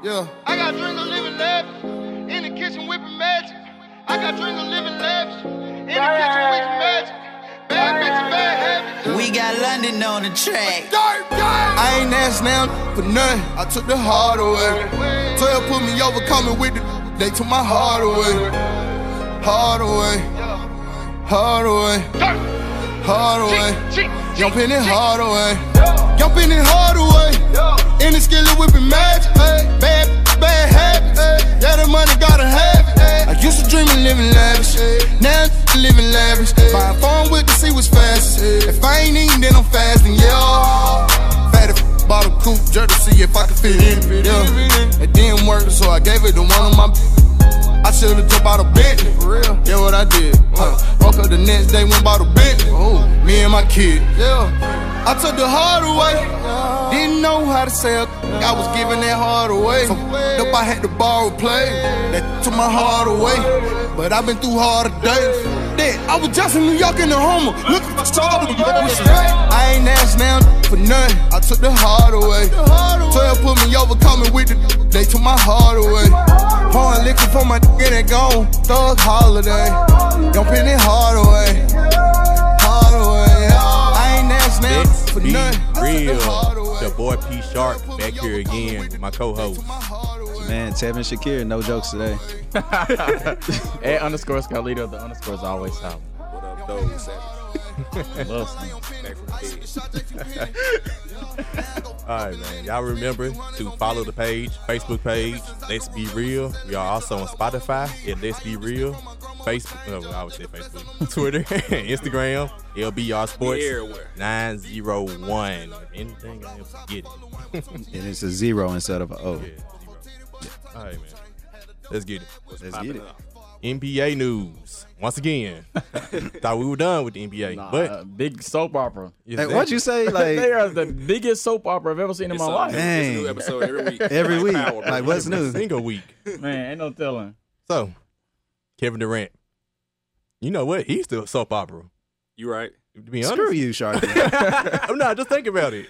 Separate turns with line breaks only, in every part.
Yeah.
I got drink of living lavish in the kitchen whipping magic. I got drink of living lavish in the kitchen whipping magic. Bad bitches, bad habits.
We got London on the track.
Dirt, dirt. I ain't asked now for nothing. I took the heart away. 12 put me over, coming with it. They took my heart away. Heart away. Heart away. Heart away. Jumping it hard away. Jumping it hard away. In the skillet whipping magic. ayy. Bad, bad habits. ayy. Yeah, the money gotta have it. ayy. I used to dream of living lavish. Now I'm living lavish. Buy a phone with the see what's fast. If I ain't eating, then I'm fasting. Yeah. Fat if bottle coupe, jerk to see if I can fit in. Yeah. It didn't work, so I gave it to one of my. I should've jumped out of Bentley. For real. Yeah, what I did. Huh. Woke up the next day, went bought a Bentley. Oh. Me and my kid. Yeah. I took the hard away. Didn't know how to sell. I was giving that hard away. So f***ed up, I had to borrow play. That took my heart away. But I've been through harder days. That I was just in New York in the Homer, looking for stars. I ain't asked now for nothing. I took the hard away. Twelve put me over, coming with it. They took my heart away. Pouring liquor for my d- and it gone. Thug holiday. Jumping it hard away. Hard away. I ain't asked now
Let's
for
be
nothing. I took
real.
the hard away.
The boy P Sharp
Put me
back here
over, coming
again
with
with
it.
my
They
co-host.
took my heart away.
Man, Tevin Shakir, no jokes today.
At underscore Scarlito, the underscore is always silent.
What up, though? Savage?
Love some.
Back from the dead. All right, man. Y'all remember to follow the page, Facebook page. Let's be real. We are also on Spotify at Let's Be Real. Facebook, no, I would say Facebook, Twitter, Instagram, LBR Sports
Everywhere.
901. Anything I forget it.
And it's a zero instead of a O.
Yeah, zero. Yeah. All right, man. Let's get it. What's
Let's
poppin'
get it.
up? NBA news. Once again, thought we were done with the NBA,
Nah,
but
big soap opera.
Hey, what'd you say?
they
Like
are the biggest soap opera I've ever seen in
It's
my
a,
life.
man.
it's a new
Dang.
episode every week.
every
Like
week.
Power, bro.
Like what's new?
single week.
Man, ain't no telling.
So, Kevin Durant. You know what? He's still a soap opera.
You right?
To be honest,
Screw you, Shark.
I'm not. Just think about it.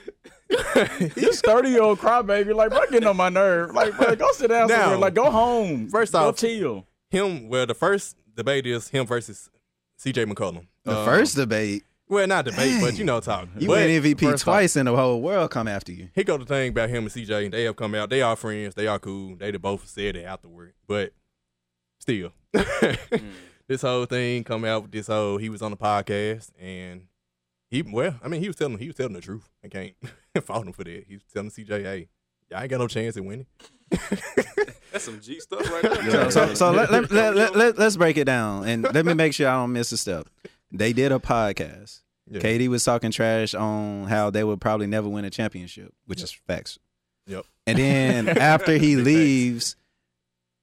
This 30 year old crybaby, like, bro, getting on my nerve. Like, bro, go sit down
Now-
somewhere. Like, go home.
First
go
off-
chill.
Him. Well, the first debate is him versus C.J. McCollum.
The
Uh,
first debate.
Well, not debate, but
Dang.
you know, talk.
You
but
win MVP
first off-
twice and the whole world come after you.
here go the thing about him and CJ. They have come out. They are friends. They are cool. They done both said it afterward. But still,
Mm.
this whole thing come out with this whole. He was on the podcast and he well, I mean, he was telling he was telling the truth. I can't fault him for that. He was telling CJ, hey, I ain't got no chance at winning.
That's some G stuff right
So,
there.
so, so let, let, let, let, let, us break it down and let me make sure I don't miss a step. They did a podcast.
Yeah.
Katie was talking trash on how they would probably never win a championship, which is facts.
Yep.
And then after he leaves,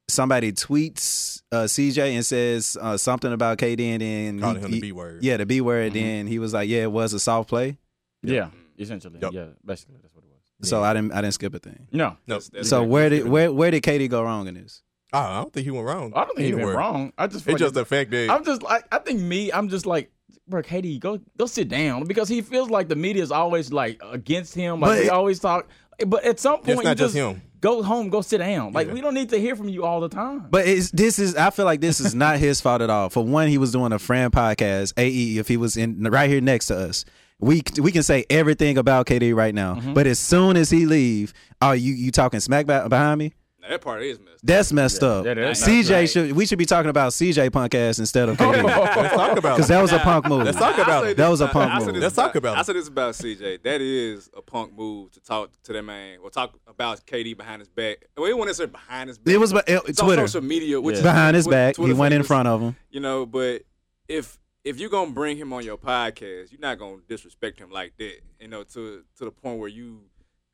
somebody tweets uh, CJ and says uh, something about KD and then
Calling
he-
him the
he-
B word. Mm-hmm.
Yeah, the B word.
Mhm.
Then he was like, "Yeah, it was a soft play."
Yeah, essentially.
Yep.
Yeah, basically, that's what it was.
So I didn't, I didn't skip a thing.
No,
No,
That's- that's
so
exactly
where
what
did
it
where where did Katie go wrong in this?
Oh, I don't think he went wrong.
I don't think he went
anywhere.
wrong. I just,
It's
fucking-
just the fact that
I'm just like, I think me, I'm just like, bro, Katie, go, go sit down because he feels like the media is always like against him. Like,
But-
they always talk. But at some point,
it's
you
not just him.
go home, go sit down. Like
Yeah.
we don't need to hear from you all the time.
But it's, this is I feel like this is not his fault at all. For one, he was doing a friend podcast. AE, if he was in right here next to us, we we can say everything about KD right now. But as soon as he leave, are you you talking smack be- behind me?
Now, that part is messed.
That's messed
Yeah,
up.
that is not
CJ
right.
should we should be talking about CJ punk ass instead of KD
Let's talk about
because
it.
that was a punk move.
Let's talk about it.
That was a punk
I, I said
move.
this
Let's talk about
I
it.
said this about CJ. That is a punk move to talk to that man or talk about KD behind his back. Well, it wasn't necessarily behind his back.
It was be- it-
It's on
Twitter
social media, which is
behind his
Twitter-
back.
Twitter
He went in
famous,
front of him.
You know, but if if you're gonna bring him on your podcast, you're not gonna disrespect him like that. You know, to to the point where you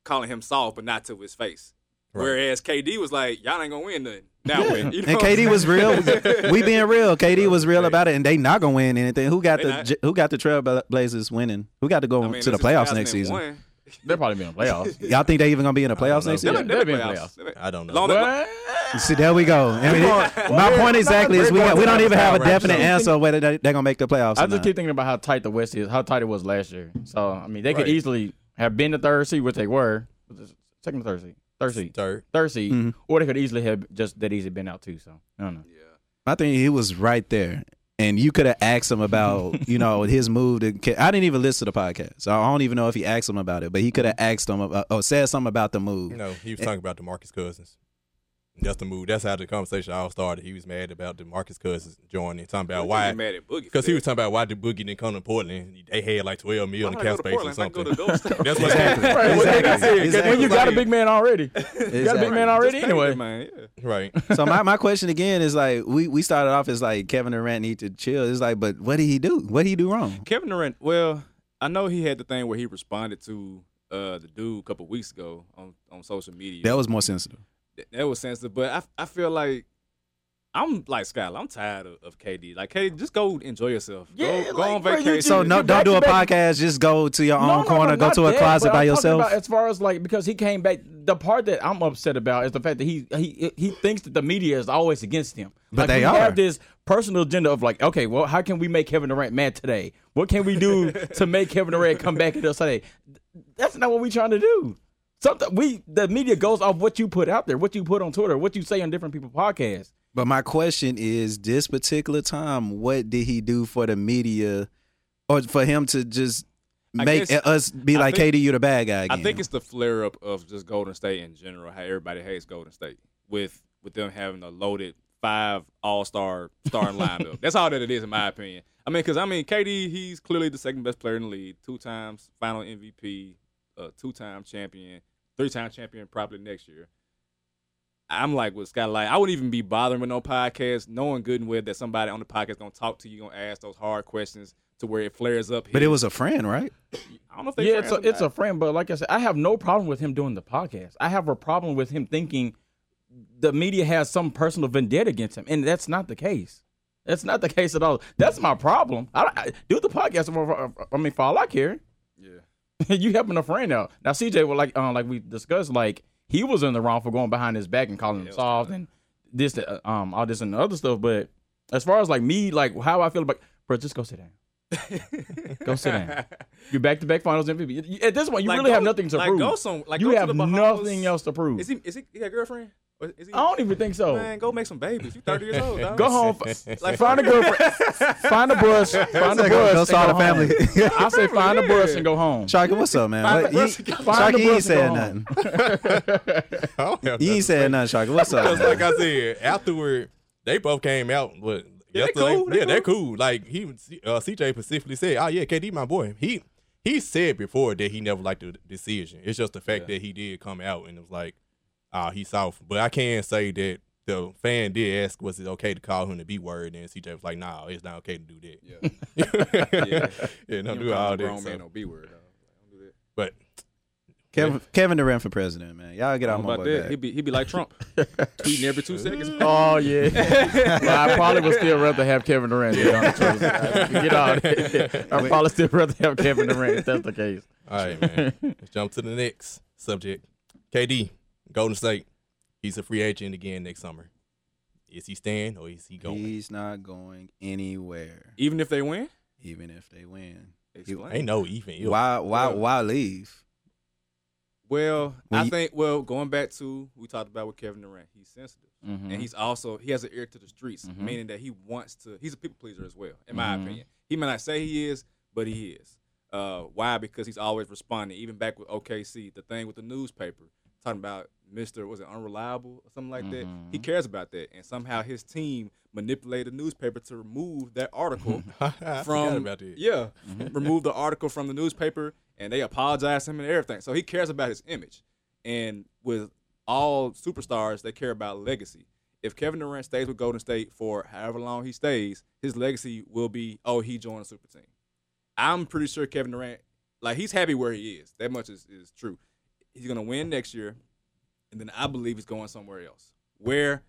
calling him soft, but not to his face.
Right.
Whereas KD was like, y'all ain't gonna win nothing. Now win. You know
And
what I'm
KD was
saying?
real. we being real. KD was real
Right.
about it, and they not gonna win anything. Who got
They
the
not.
J- Who got the Trailblazers winning? Who got to go
I mean,
to the
this is
playoffs next season?
2001.
They're probably been in the playoffs.
Y'all think they even gonna be in the playoffs
know.
next
They're
year?
Yeah,
not-
they're
they're
been
in the
playoffs.
playoffs.
I don't know.
Long-
Well,
See, there we go. I mean, it- my point exactly is we got, we don't even have a definite answer whether they, they're gonna make the playoffs.
I
or
just
not.
keep thinking about how tight the West is, how tight it was last year. So I mean, they could
Right.
easily have been the third seed, which they were, but the second or third seed, third seed,
Third.
third seed, or they could easily have just that easy been out too. So I don't know.
I think he was right there. And you could have asked him about, you know, his move to. K- I didn't even listen to the podcast. So I don't even know if he asked him about it, but he could have asked him about, or said something about the move.
You know, he was talking about Demarcus Cousins. That's the move. That's how the conversation all started. He was mad about Demarcus Cousins joining, talking about
Why?
why.
Mad at Boogie
Because he was talking about why did Boogie didn't come to Portland? They had like twelve mil in
talking
the cap space or something. That's what
Exactly.
that's what they
Exactly.
said.
Exactly.
When you got a
Exactly.
big man already, you got a
Exactly.
big man already anyway.
man. Yeah.
Right.
So my, my question again is like we, we started off as like Kevin Durant need to chill. It's like, but what did he do? What did he do wrong?
Kevin Durant. Well, I know he had the thing where he responded to uh, the dude a couple weeks ago on, on social media.
That was more sensitive.
That, that was sensitive, but I I feel like I'm like Skylar. I'm tired of, of KD. Like, hey, just go enjoy yourself.
Yeah,
go, go
like,
on
bro, you
vacation.
just-
So no,
you
don't do a
back-
podcast. Just go to your own
No, no,
corner.
no,
go
not
to a
that,
closet
but
by
I'm talking
yourself.
about as far as like because he came back, the part that I'm upset about is the fact that he he he thinks that the media is always against him.
But
like,
they
we
are.
have this personal agenda of like, okay, well, how can we make Kevin Durant mad today? What can we do to make Kevin Durant come back at us today? That's not what we're trying to do. Something we the media goes off what you put out there, what you put on Twitter, what you say on different people's podcasts.
But my question is this particular time, what did he do for the media or for him to just
I
make
guess-
us be
I
like,
think-
Katie, you the bad guy again?
I think it's the flare up of just Golden State in general. How everybody hates Golden State with with them having a loaded five All Star starting lineup. That's all that it is, in my opinion. I mean, because I mean, KD, he's clearly the second best player in the league. Two times Final MVP, uh, two time champion, three time champion probably next year. I'm like with Scott Light. I wouldn't even be bothering with no podcast, knowing good and well that somebody on the podcast gonna talk to you, gonna ask those hard questions to where it flares up.
But it
his-
was a friend, right?
I don't know if they
Yeah, it's a,
friends or
it's a
not.
friend, but like I said, I have no problem with him doing the podcast. I have a problem with him thinking the media has some personal vendetta against him, and that's not the case. That's not the case at all. That's my problem. I, I do the podcast. For, for- I mean, for all I care,
yeah.
you helping a friend out. Now, CJ, well, like um, like we discussed, like he was in the wrong for going behind his back and calling him
it was
soft and this, uh, um, all this and the other stuff. But as far as like me, like how I feel about, bro, just go sit down. go sit down. You're back to back finals MVP. You- you- At this point, you
Like,
really
go-
have nothing to
like,
prove.
go some- like,
you
go to
have
the Bahamas.
nothing else to prove.
Is he is he, he got a girlfriend? Or is he,
I don't even think so.
man, go make some babies. You thirty years old. Dog.
Go home. like find a girlfriend. find a brush. Find a
Go-
brush.
go
and
start a
home.
family.
I say find a brush and go home.
Sharky, what's up, man? What, you,
Find the brother
Sharky, you ain't saying
gone.
nothing.
I don't have
You ain't saying nothing, Sharky. What's up?
Because
man?
like I said, afterward they both came out. But
Yeah, they
yesterday-
cool, they
yeah, they're
cool.
cool. Like he, uh, CJ specifically said, "Oh yeah, KD, my boy." He he said before that he never liked the decision. It's just the fact that he did come out and it was like, "Ah, he's soft." But I can say that the fan did ask, "Was it okay to call him the B word?" And CJ was like, "Nah, it's not okay to do that."
Yeah.
Yeah, don't do all that.
Grown man,
so-
no B word. dog. Don't do that.
But
Kevin, Kevin Durant for president, man. Y'all get on
How
my
about
boy
that?
back.
He'd be he'd be like Trump, tweeting every two seconds.
Oh yeah. well, I probably would still rather have Kevin Durant. To be honest with you. Get out. I probably still rather have Kevin Durant if that's the case.
All right, man. Let's jump to the next subject. KD, Golden State. He's a free agent again next summer. Is he staying or is he going?
He's not going anywhere,
Even if they win,
even if they win.
Explain.
Ain't no even. if.
Why? Why?
Yeah.
Why leave?
well,
When
I
you-
think well going back to we talked about with Kevin Durant, he's sensitive,
Mm-hmm.
and he's also he has an ear to the streets, meaning that he wants to. He's a people pleaser as well,
Mm-hmm.
in my opinion. He may not say he is, but he is. Uh, why? Because he's always responding. Even back with OKC, the thing with the newspaper talking about Mister was it unreliable or something like that. He
Mm-hmm.
cares about that, and somehow his team manipulated the newspaper to remove that article
I
from
forgot about that. Mm-hmm.
yeah, remove the article from the newspaper, and they apologize to him and everything. So he cares about his image, and with all superstars, they care about legacy. if Kevin Durant stays with Golden State for however long he stays, his legacy will be oh he joined a super team. I'm pretty sure Kevin Durant, like he's happy where he is. That much is, is true. He's gonna win next year, and then I believe he's going somewhere else. Where,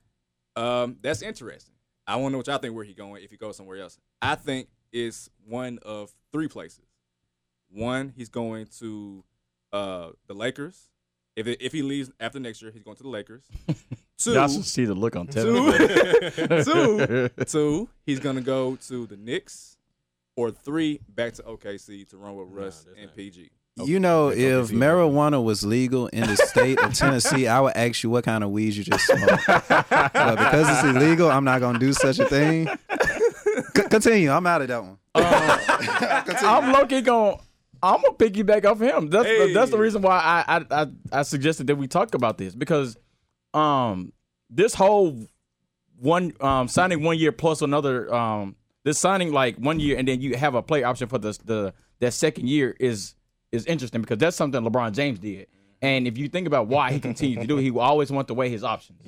um, that's interesting. I want to know what y'all think where he going if he goes somewhere else. I think it's one of three places. One, he's going to uh the Lakers. If if he leaves after next year, he's going to the Lakers. Two,
Y'all should see the look on Tevin.
two, two, two. He's gonna go to the Knicks, or three back to OKC to run with Russ and PG.
You know, if marijuana was legal in the state of Tennessee, I would ask you what kind of weeds you just smoked. but because it's illegal, I'm not gonna do such a thing. C- continue. I'm out of that one.
I'm low-key going. I'm gonna piggyback off him. That's
Hey.
that's the reason why I, I I I suggested that we talk about this because, um, this whole one um signing one year plus another um this signing like one year and then you have a play option for the the that second year is is interesting because that's something LeBron James did. And if you think about why he continued to do it, he always wanted to weigh his options.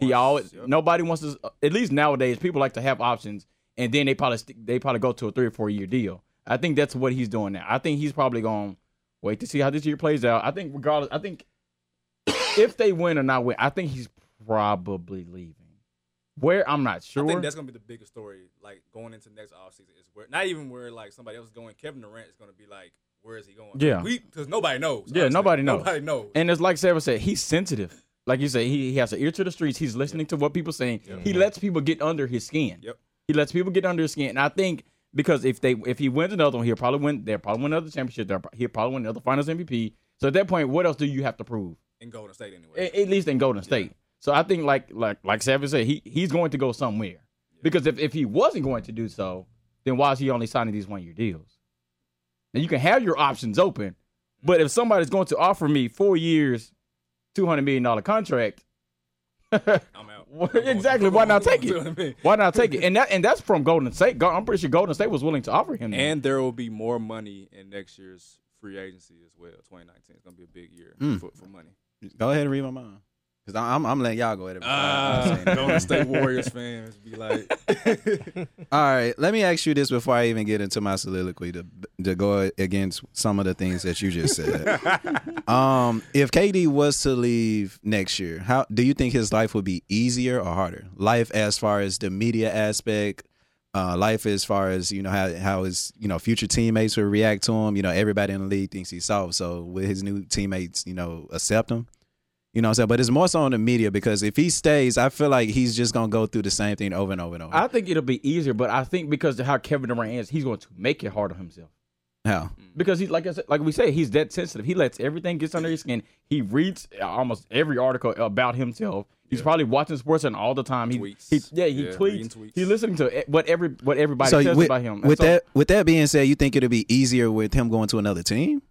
He, always nobody wants to at least nowadays people like to have options and then they probably stick they probably go to a 3 or 4 year deal. I think that's what he's doing now. I think he's probably going to wait to see how this year plays out. I think regardless I think if they win or not win, I think he's probably leaving. Where I'm not sure.
I think that's gonna be the biggest story, like going into next offseason is where not even where like somebody else is going. Kevin Durant is gonna be like, where is he going?
Yeah.
we because nobody knows.
Yeah, nobody knows.
Nobody knows.
And it's like Sarah said, he's sensitive. Like you say, he, he has an ear to the streets. He's listening to what people saying. He lets people get under his skin.
Yep.
He lets people get under his skin. And I think because if they if he wins another one, he'll probably win. They'll probably win another championship. They'll, pro- he'll probably win another Finals MVP. So at that point, what else do you have to prove?
in Golden State anyway.
A- at least in Golden State. So I think like like like Savage said, he he's going to go somewhere because if if he wasn't going to do so, then why is he only signing these one year deals? And you can have your options open, but if somebody's going to offer me four years, two hundred million dollar contract,
I'm out.
well, exactly why not take
You know what I mean?
it? Why not take it? And that and that's from Golden State. Go- I'm pretty sure Golden State was willing to offer him. that.
And there will be more money in next year's free agency as well. 2019 is gonna be a big year
Mm.
for, for money.
Go ahead and read my mind. Cause I- I'm, I'm letting y'all go ahead. and-
Ah, Golden State Warriors fans be like,
All right, let me ask you this before I even get into my soliloquy to to go against some of the things that you just said. um, if KD was to leave next year, how do you think his life would be easier or harder? Life as far as the media aspect, uh, life as far as you know how how his you know future teammates would react to him. You know, everybody in the league thinks he's soft, so will his new teammates you know accept him? You know what I'm saying? But it's more so on the media because if he stays, I feel like he's just gonna go through the same thing over and over and over.
I think it'll be easier, but I think because of how Kevin Durant is, he's going to make it hard on himself.
how?
because he like I said, like we said, he's that sensitive. He lets everything gets under his skin. He reads uh, almost every article about himself. He's probably watching sports and all the time. He,
Tweets.
he yeah, he
Yeah, reading
tweets.
tweets.
He's listening to e- what every what everybody says
with,
about him. And
with
so-
that with that being said, you think it'll be easier with him going to another team?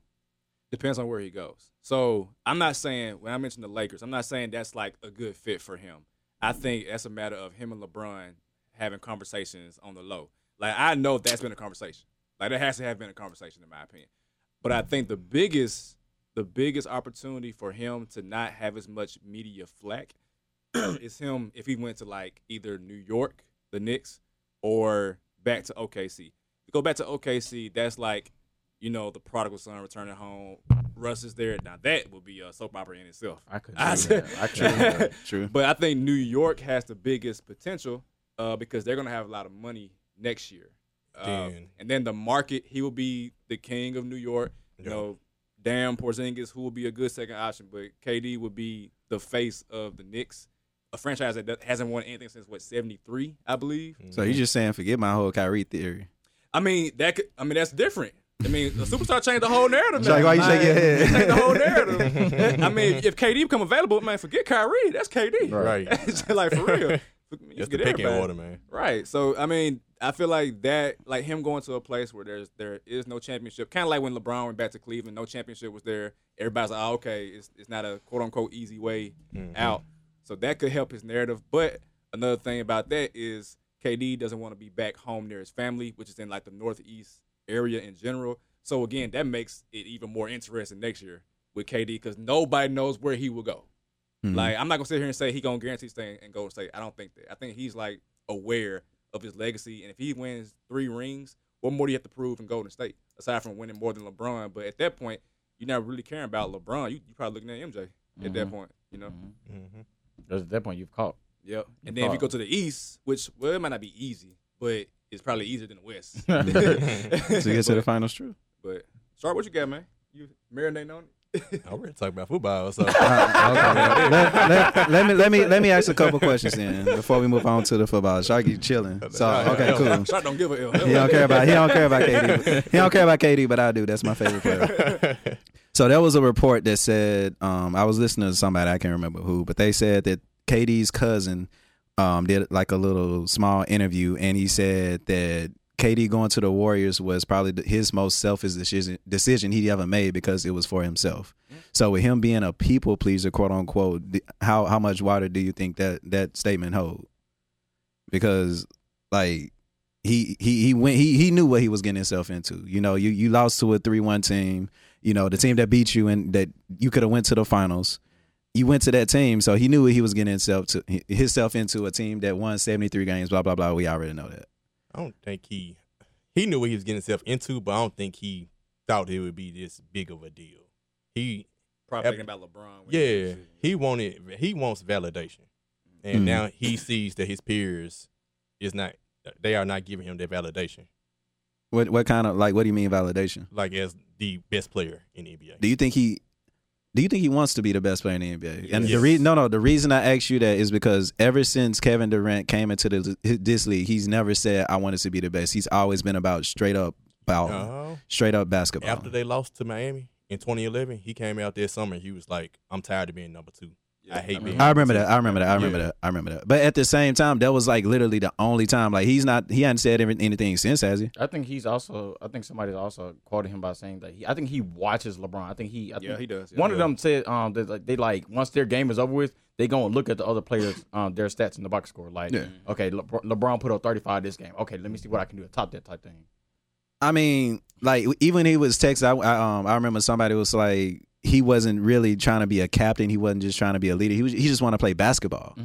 depends on where he goes. So I'm not saying when I mentioned the Lakers, I'm not saying that's like a good fit for him. I think that's a matter of him and LeBron having conversations on the low. Like I know that's been a conversation. Like there has to have been a conversation in my opinion. But I think the biggest the biggest opportunity for him to not have as much media flack is him if he went to like either New York, the Knicks, or back to OKC. You go back to OKC, that's like you know, the prodigal son returning home. Russ is there. Now that would be a soap opera in itself.
I could
I
do that. I could. do that.
True.
But I think New York has the biggest potential uh, because they're going to have a lot of money next year. Uh,
Then-
and then the market, he will be the king of New York. You know, damn Porzingis, who will be a good second option, but KD would be the face of the Knicks, a franchise that do- hasn't won anything since what seventy three, I believe.
So you're just saying forget my whole Kyrie theory.
I mean that. Could, I mean that's different. I mean, the superstar changed the whole narrative.
Jack,
now.
why you shake your
Like,
head?
it changed the whole narrative. I mean, if KD become available, man, forget Kyrie. That's KD.
Right.
It's like for real. You
That's the
forget
picking
everybody.
order, man.
Right. So I mean, I feel like that, like him going to a place where there's there is no championship, kind of like when LeBron went back to Cleveland, no championship was there. Everybody's like, oh, okay, it's it's not a quote unquote easy way out. So that could help his narrative. But another thing about that is KD doesn't want to be back home near his family, which is in like the northeast area in general. So again, that makes it even more interesting next year with KD because nobody knows where he will go. Like I'm not gonna sit here and say he gonna guarantee staying in Golden State. I don't think that. I think he's like aware of his legacy, and if he wins three rings, what more do you have to prove in Golden State aside from winning more than LeBron? But at that point, you're not really caring about LeBron. You you probably looking at MJ at that point. You know.
Mm-hmm.
At that point, you've caught.
Yep. And then if you go to the East, which well, it might not be easy, but it's probably easier than the West.
So you get to the finals, true.
But sorry, what you got, man? You marinating on it?
I'm ready to talk about football. So
Okay. let, let- let me let me let me ask a couple questions then before we move on to the football. Sharky chilling. So okay, cool.
Shark don't give a L.
He don't care about he don't care about KD. He don't care about KD, but I do. That's my favorite player. So there was a report that said um, I was listening to somebody I can't remember who, but they said that KD's cousin um, did like a little small interview, and he said that KD going to the Warriors was probably th- his most selfish decision decision he ever made because it was for himself. So with him being a people pleaser, quote unquote, th- how how much water do you think that that statement hold? Because like he he he went he he knew what he was getting himself into. You know, you you lost to a three one team. You know, the team that beat you and that you could have went to the finals. You went to that team, so he knew what he was getting himself to hi- himself into a team that won seventy three games. Blah blah blah. We already know that.
I don't think he he knew what he was getting himself into, but I don't think he thought it would be this big of a deal. He
Probably thinking about LeBron. when he
yeah,
was-
he wanted he wants validation, and
Mm.
now he sees that his peers is not they are not giving him that validation,
What what kind of like what do you mean validation?
like as the best player in the NBA.
Do you think he? Do you think he wants to be the best player in the NBA? And the
Yes.
reason, no, no, the reason I asked you that is because ever since Kevin Durant came into the, this league, he's never said I wanted to be the best. He's always been about straight up ball,
No.
straight up basketball.
Uh-huh. After they lost to Miami in 2011, he came out there summer. He was like, "I'm tired of being number two. I hate being."
I
number
remember
two."
that. I remember that. I remember
Yeah.
that. I remember that. But at the same time, that was like literally the only time. Like he's not. He hadn't said every- anything since, has he?
I think he's also. I think somebody's also quoted him by saying that he. I think he watches LeBron. I think he. I
Yeah,
think
he does.
One of them said, um, they like, they like once their game is over with, they gonna look at the other players, um, their stats in the box score. Like, mm-hmm.
Yeah.
okay, Lebr- LeBron put up thirty five this game. Okay, let me see what I can do to top that type thing.
I mean, like even he was Texas. I, I um I remember somebody was like he wasn't really trying to be a captain. He wasn't just trying to be a leader. He was, he just want to play basketball.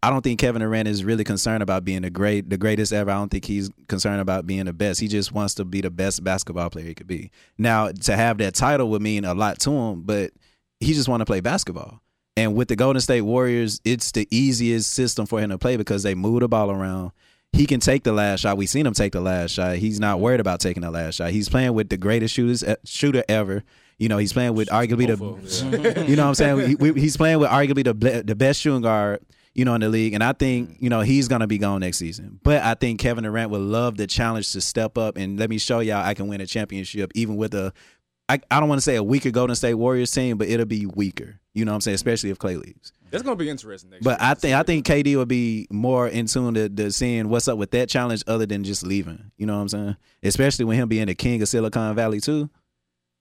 I don't think Kevin Durant is really concerned about being the great, the greatest ever. I don't think he's concerned about being the best. He just wants to be the best basketball player he could be. Now to have that title would mean a lot to him, but he just want to play basketball. And with the Golden State Warriors, it's the easiest system for him to play because they move the ball around. He can take the last shot. We've seen him take the last shot. He's not worried about taking the last shot. He's playing with the greatest shooters, eh, shooter ever. You know, he's playing with arguably the, you know what I'm saying? We- we- he's playing with arguably the ble- the best shooting guard, you know, in the league. And I think, you know, he's going to be gone next season. But I think Kevin Durant would love the challenge to step up and let me show y'all I can win a championship even with a I, I don't want to say a weaker Golden State Warriors team, but it'll be weaker. You know what I'm saying? Especially if Clay leaves.
That's gonna be interesting. Next
But
year.
I think I think KD will be more in tune to, to seeing what's up with that challenge other than just leaving. You know what I'm saying? Especially with him being the king of Silicon Valley too.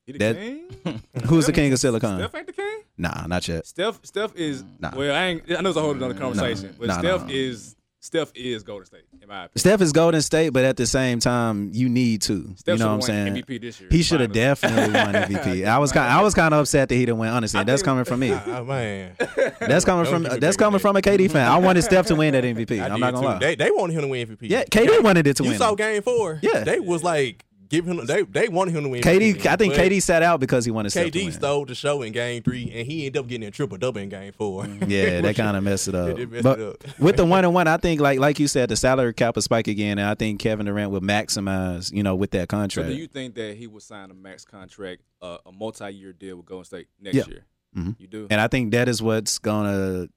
He the
that-
king?
Who's the king of Silicon?
Steph ain't the king.
Nah, not yet.
Steph, Steph is
Mm, Nah. Mm,
well. I, ain't, I know it's a whole other conversation, but
Nah, nah,
Steph
nah.
is Steph is Golden State in my opinion.
Steph is Golden State, but at the same time, you need to.
Steph
you know what I'm
should've won
saying?
MVP this year.
He should have
finally.
definitely won MVP. I was kind I was kind of upset that he didn't win. Honestly, and that's coming from me.
Ah, man,
That's coming
Don't
from
give it
that's
back
coming
to
from a KD fan. I wanted Steph to win that MVP.
I
I'm
did
not gonna
too.
lie.
They they wanted him to win MVP.
Yeah, KD wanted it to
you
win.
saw Game Four.
Yeah.
they was like giving him. They they wanted him to win.
KD,
MVP,
I think
but
KD sat out because he wanted Steph to
KD
win.
stole the show in Game Three, and he ended up getting a triple double in Game Four.
Yeah, that kind of messed it up.
did mess
but
it up.
with the one on one, I think like like you said, the salary cap will spike again, and I think Kevin Durant will maximize, you know, with that
So
contract.
do you think that he will sign a max contract, uh, a multi-year deal with Golden State next
Yeah.
year?
Mhm.
You do.
and I think that is what's gonna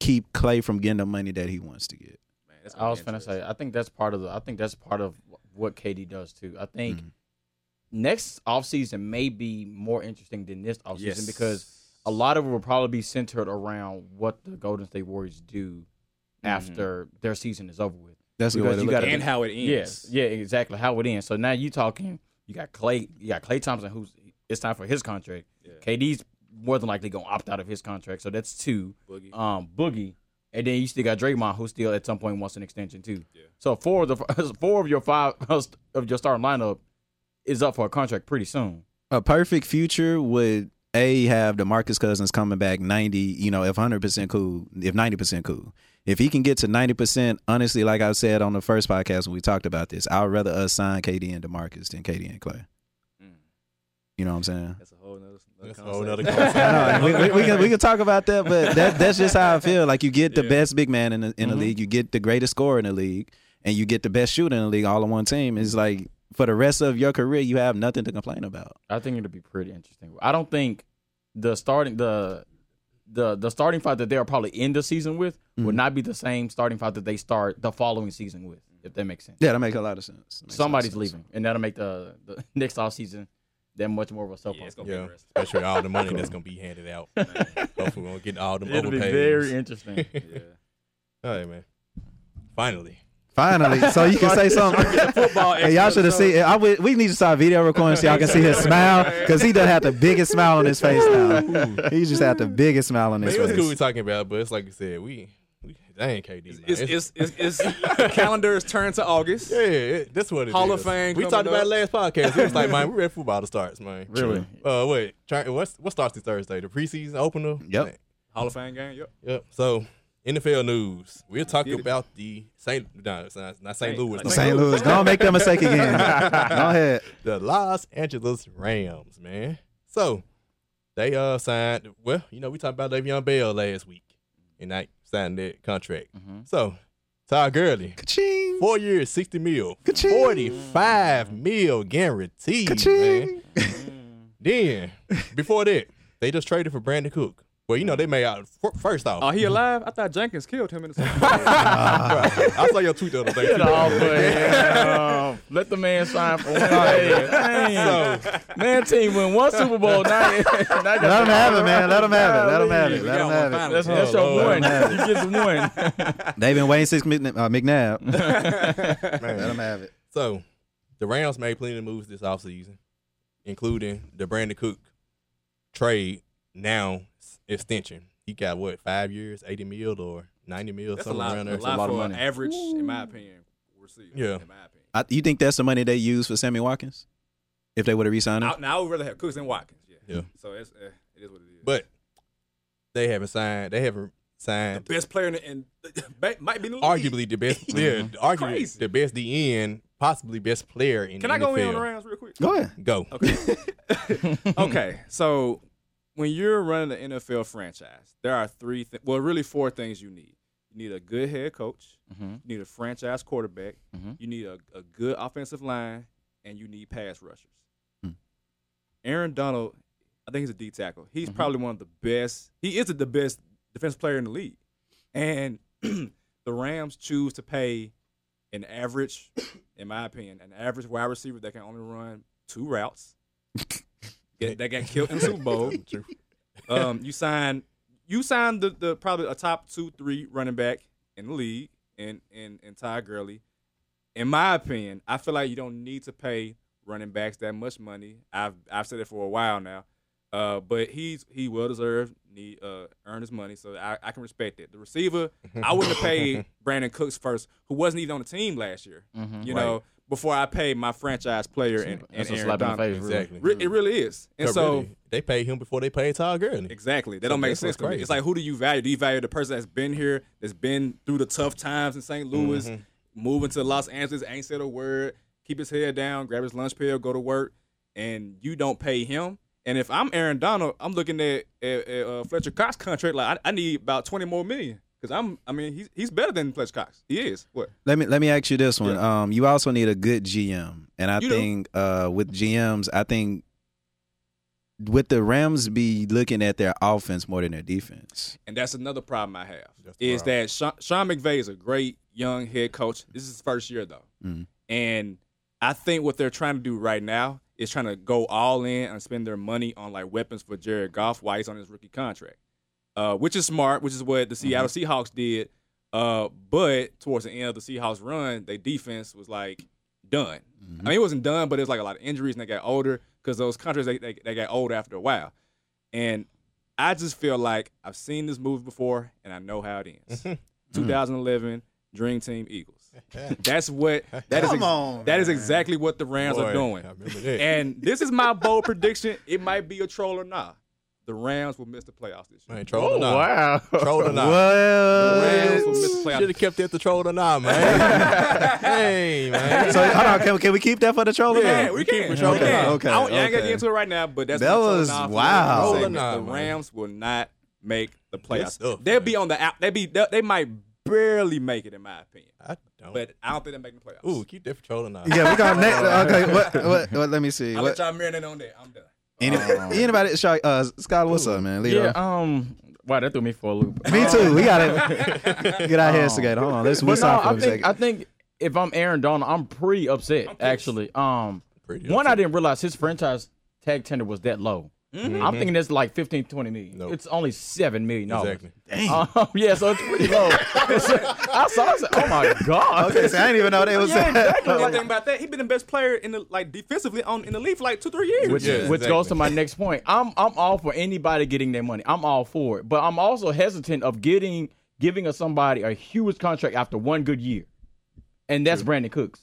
keep Clay from getting the money that he wants to get.
Man, that's
I was
gonna
gonna
be
say. I think that's part of the. I think that's part of what KD does too. I think
Mm.
next offseason may be more interesting than this offseason
Yes.
because a lot of it will probably be centered around what the Golden State Warriors do after their season is over with.
That's a good
Because
way to
you
look
gotta
at
interesting.
it.
and how it ends.
Yes, yeah, exactly. How it ends. So now you talking. You got Clay. You got Clay Thompson, who's it's time for his contract. KD's more than likely gonna opt out of his contract. So that's two.
Boogie.
Um, Boogie, and then you still got Draymond, who still at some point wants an extension too. So four of the four of your five of your starting lineup is up for a contract pretty soon.
a perfect future would A have DeMarcus Cousins coming back 90, you know, if 100% cool, if 90% cool. If he can get to 90%, honestly, like I said on the first podcast when we talked about this, I would rather us sign KD and DeMarcus than KD and Clay. You know what I'm saying?
That's a whole nother.
That's a whole nother conversation.
I know, we, we, we can we can talk about that, but that that's just how I feel. Like you get the best big man in the, in the league, you get the greatest scorer in the league, and you get the best shooter in the league all on one team. It's like for the rest of your career, you have nothing to complain about.
I think it'll be pretty interesting. I don't think the starting the the the starting five that they'll probably end the season with would
Mm-hmm.
not be the same starting five that they start the following season with, if that makes sense.
Yeah, that makes a lot of sense. That makes a lot of
Somebody's
sense.
leaving, and that'll make the, the next offseason that much more of a soap
Yeah, it's
opera.
gonna be
Yeah,
interesting.
especially all the money that's gonna be handed out. Hopefully, we're gonna get all them
It'll be
overpays.
very interesting.
Yeah.
Hey man, finally.
Finally, so you can say something.
Football.
Hey, y'all should have seen. I would, we need to start video recording so y'all can see his smile because he does have the biggest smile on his face now. He just had the biggest smile on
Man,
his
it was cool we
face.
talking about, but it's like you said, we, we that ain't KD. man.
It's, it's, it's, it's, the calendar is turned to August.
yeah, it, that's what it is.
Hall of Fame
We
coming
talked about
up.
it last podcast. It was like, man, we ready for football to starts, man.
Really?
Uh, wait. Try, what's what starts this Thursday? The preseason opener.
Yep.
Hall of Fame game. Yep.
Yep. So NFL news. We're talking about the Saint. No, it's not, not Saint
Saint-
Louis.
Saint
St. Louis, don't make that mistake again. Go ahead.
the Los Angeles Rams, man. So they uh signed. Well, you know we talked about Le'Veon Bell last week, and they signed that contract. So Todd Gurley,
Ka-ching.
four years, sixty mil,
Ka-ching.
forty-five mil guaranteed, man.
Ka-ching.
Then before that, they just traded for Brandon Cook. Well, you know they made out fir- first off.
Oh, he alive? I thought Jenkins killed him in the.
I saw your tweet the other day.
Get
too.
off of here. Let the Oh, man sign for one. Dang. man, team win one Super Bowl. Now, now got
Let him have it, man. Let him have it. Let him have
We
it. Let
got
him
one
have it.
final.
That's, that's your
Lord.
one. You get the one.
They've been waiting since Mc- uh, McNabb. Let him have it.
So, the Rams made plenty of moves this offseason, including the Brandon Cook trade now s- extension. He got what five years, eighty mil or ninety mil,
That's a
something
lot.
around
A
there.
lot,
lot of
for an
money.
average, in my opinion, receiver.
Yeah.
In my opinion.
I, you think that's the money they use for Sammy Watkins? If they would have re-signed him,
I, now I would rather have Cooks than Watkins. Yeah.
Yeah.
So it's, uh, it is what it is.
But they haven't signed. They haven't
the
signed.
best player in, the, in ba- might be in the league.
arguably the best. yeah, arguably
Crazy.
the best DN, possibly best player in.
Can
the
I go in
NFL.
on the Rams real quick?
go ahead.
Go.
Okay. okay. So when you're running an NFL franchise, there are three, th- well, really four things you need. You need a good head coach. You need a franchise quarterback.
Mhm.
You need a, a good offensive line, and you need pass rushers.
Mm.
Aaron Donald, I think he's a D tackle. He's probably one of the best. He is the best defensive player in the league, and the Rams choose to pay an average, in my opinion, an average wide receiver that can only run two routes. that that got killed in the Super Bowl. Um, you signed you signed the, the probably a top two, three running back in the league and and and Ty Gurley. In my opinion, I feel like you don't need to pay running backs that much money. I've I've said it for a while now. Uh, but he's he well deserved, need uh earned his money, so I, I can respect it. The receiver, I wouldn't have paid Brandon Cooks first, who wasn't even on the team last year. You know, before I paid my franchise player and, and
Mm-hmm. That's a
Aaron
slap in the
Donald.
face. really.
Exactly.
Re- it really is. And
So,
so
Mm-hmm. Oh, really, they paid him before they paid Todd Gurley.
exactly, that
So
don't make
that's
sense
what's
to me.
crazy.
It's like who do you value? Do you value the person that's been here, that's been through the tough times in St. Louis,
Mm-hmm.
moving to Los Angeles, ain't said a word, keep his head down, grab his lunch pill, go to work, and you don't pay him? And if I'm Aaron Donald, I'm looking at, at, at, uh, Fletcher Cox contract like I, I need about twenty more million because I'm I mean he's he's better than Fletcher Cox. He is what
Let me let me ask you this one. Um, you also need a good GM, and I
You do.
think uh, with GMs, I think with the Rams be looking at their offense more than their defense.
And that's another problem I have
That's the
is that Sean, Sean McVay is a great young head coach. This is his first year though,
Mhm.
and I think what they're trying to do right now is trying to go all in and spend their money on like weapons for Jared Goff while he's on his rookie contract, uh, which is smart, which is what the Seattle Seahawks did. Uh, but towards the end of the Seahawks run, their defense was like done. I mean, it wasn't done, but it was like a lot of injuries and they got older because those contracts they, they, they got old after a while. And I just feel like I've seen this movie before and I know how it ends.
Mm.
2011 Dream Team Eagles. That's what that is.
Come
ex-
on,
that is exactly what the Rams
Boy,
are doing.
I remember that.
And this is my bold prediction. It might be a troll or not. The Rams will miss the playoffs this year.
Man, troll or not.
Oh, wow.
Troll or not. The Rams will miss the playoffs. Should have kept it the troll or not, man. hey, man.
So hold on, can, can we keep that for the troll?
Yeah,
event?
we can.
control
we can.
that.
Okay,
I, don't- I ain't gonna
okay.
get into it right now, but that's
That
what
was-
Tottenham
wow.
saying,
Rolling
that The
on, man.
Rams will not make the playoffs.
stuff,
they'll
man.
be on the out. They be. They, they might barely make it, in my opinion.
I don't.
But I don't think they're making the playoffs.
Ooh, keep that for troll or not.
Yeah, we got next. Okay, what, what, what? Let me see.
I'll
What,
let y'all marinate on that. I'm done.
any, anybody? Shy- Uh, Scott, what's up, man? Lead
Yeah.
off.
Um. Wow, that threw me for a loop.
uh,
Me too. We gotta get our
Oh.
heads together. Hold on, let's
But
whistle
no,
off for
I
a
think
second.
I think if I'm Aaron Donald, I'm pretty upset actually. Um,
Pretty
one I
upset.
didn't realize his franchise tag tender was that low. I'm thinking that's like 15, 20 million.
Mm-hmm. Nope.
It's only seven million dollars.
Exactly.
Um, yeah, so it's pretty low. I saw. it, I said, oh my god.
Okay, so I didn't even know they was.
Yeah, exactly.
One
Like,
thing about that, he been the best player in the like defensively on in the league for like two three years.
which
Yeah,
which
exactly.
goes to my next point. I'm I'm all for anybody getting their money. I'm all for it, but I'm also hesitant of getting giving us somebody a huge contract after one good year, and that's Brandon Cooks,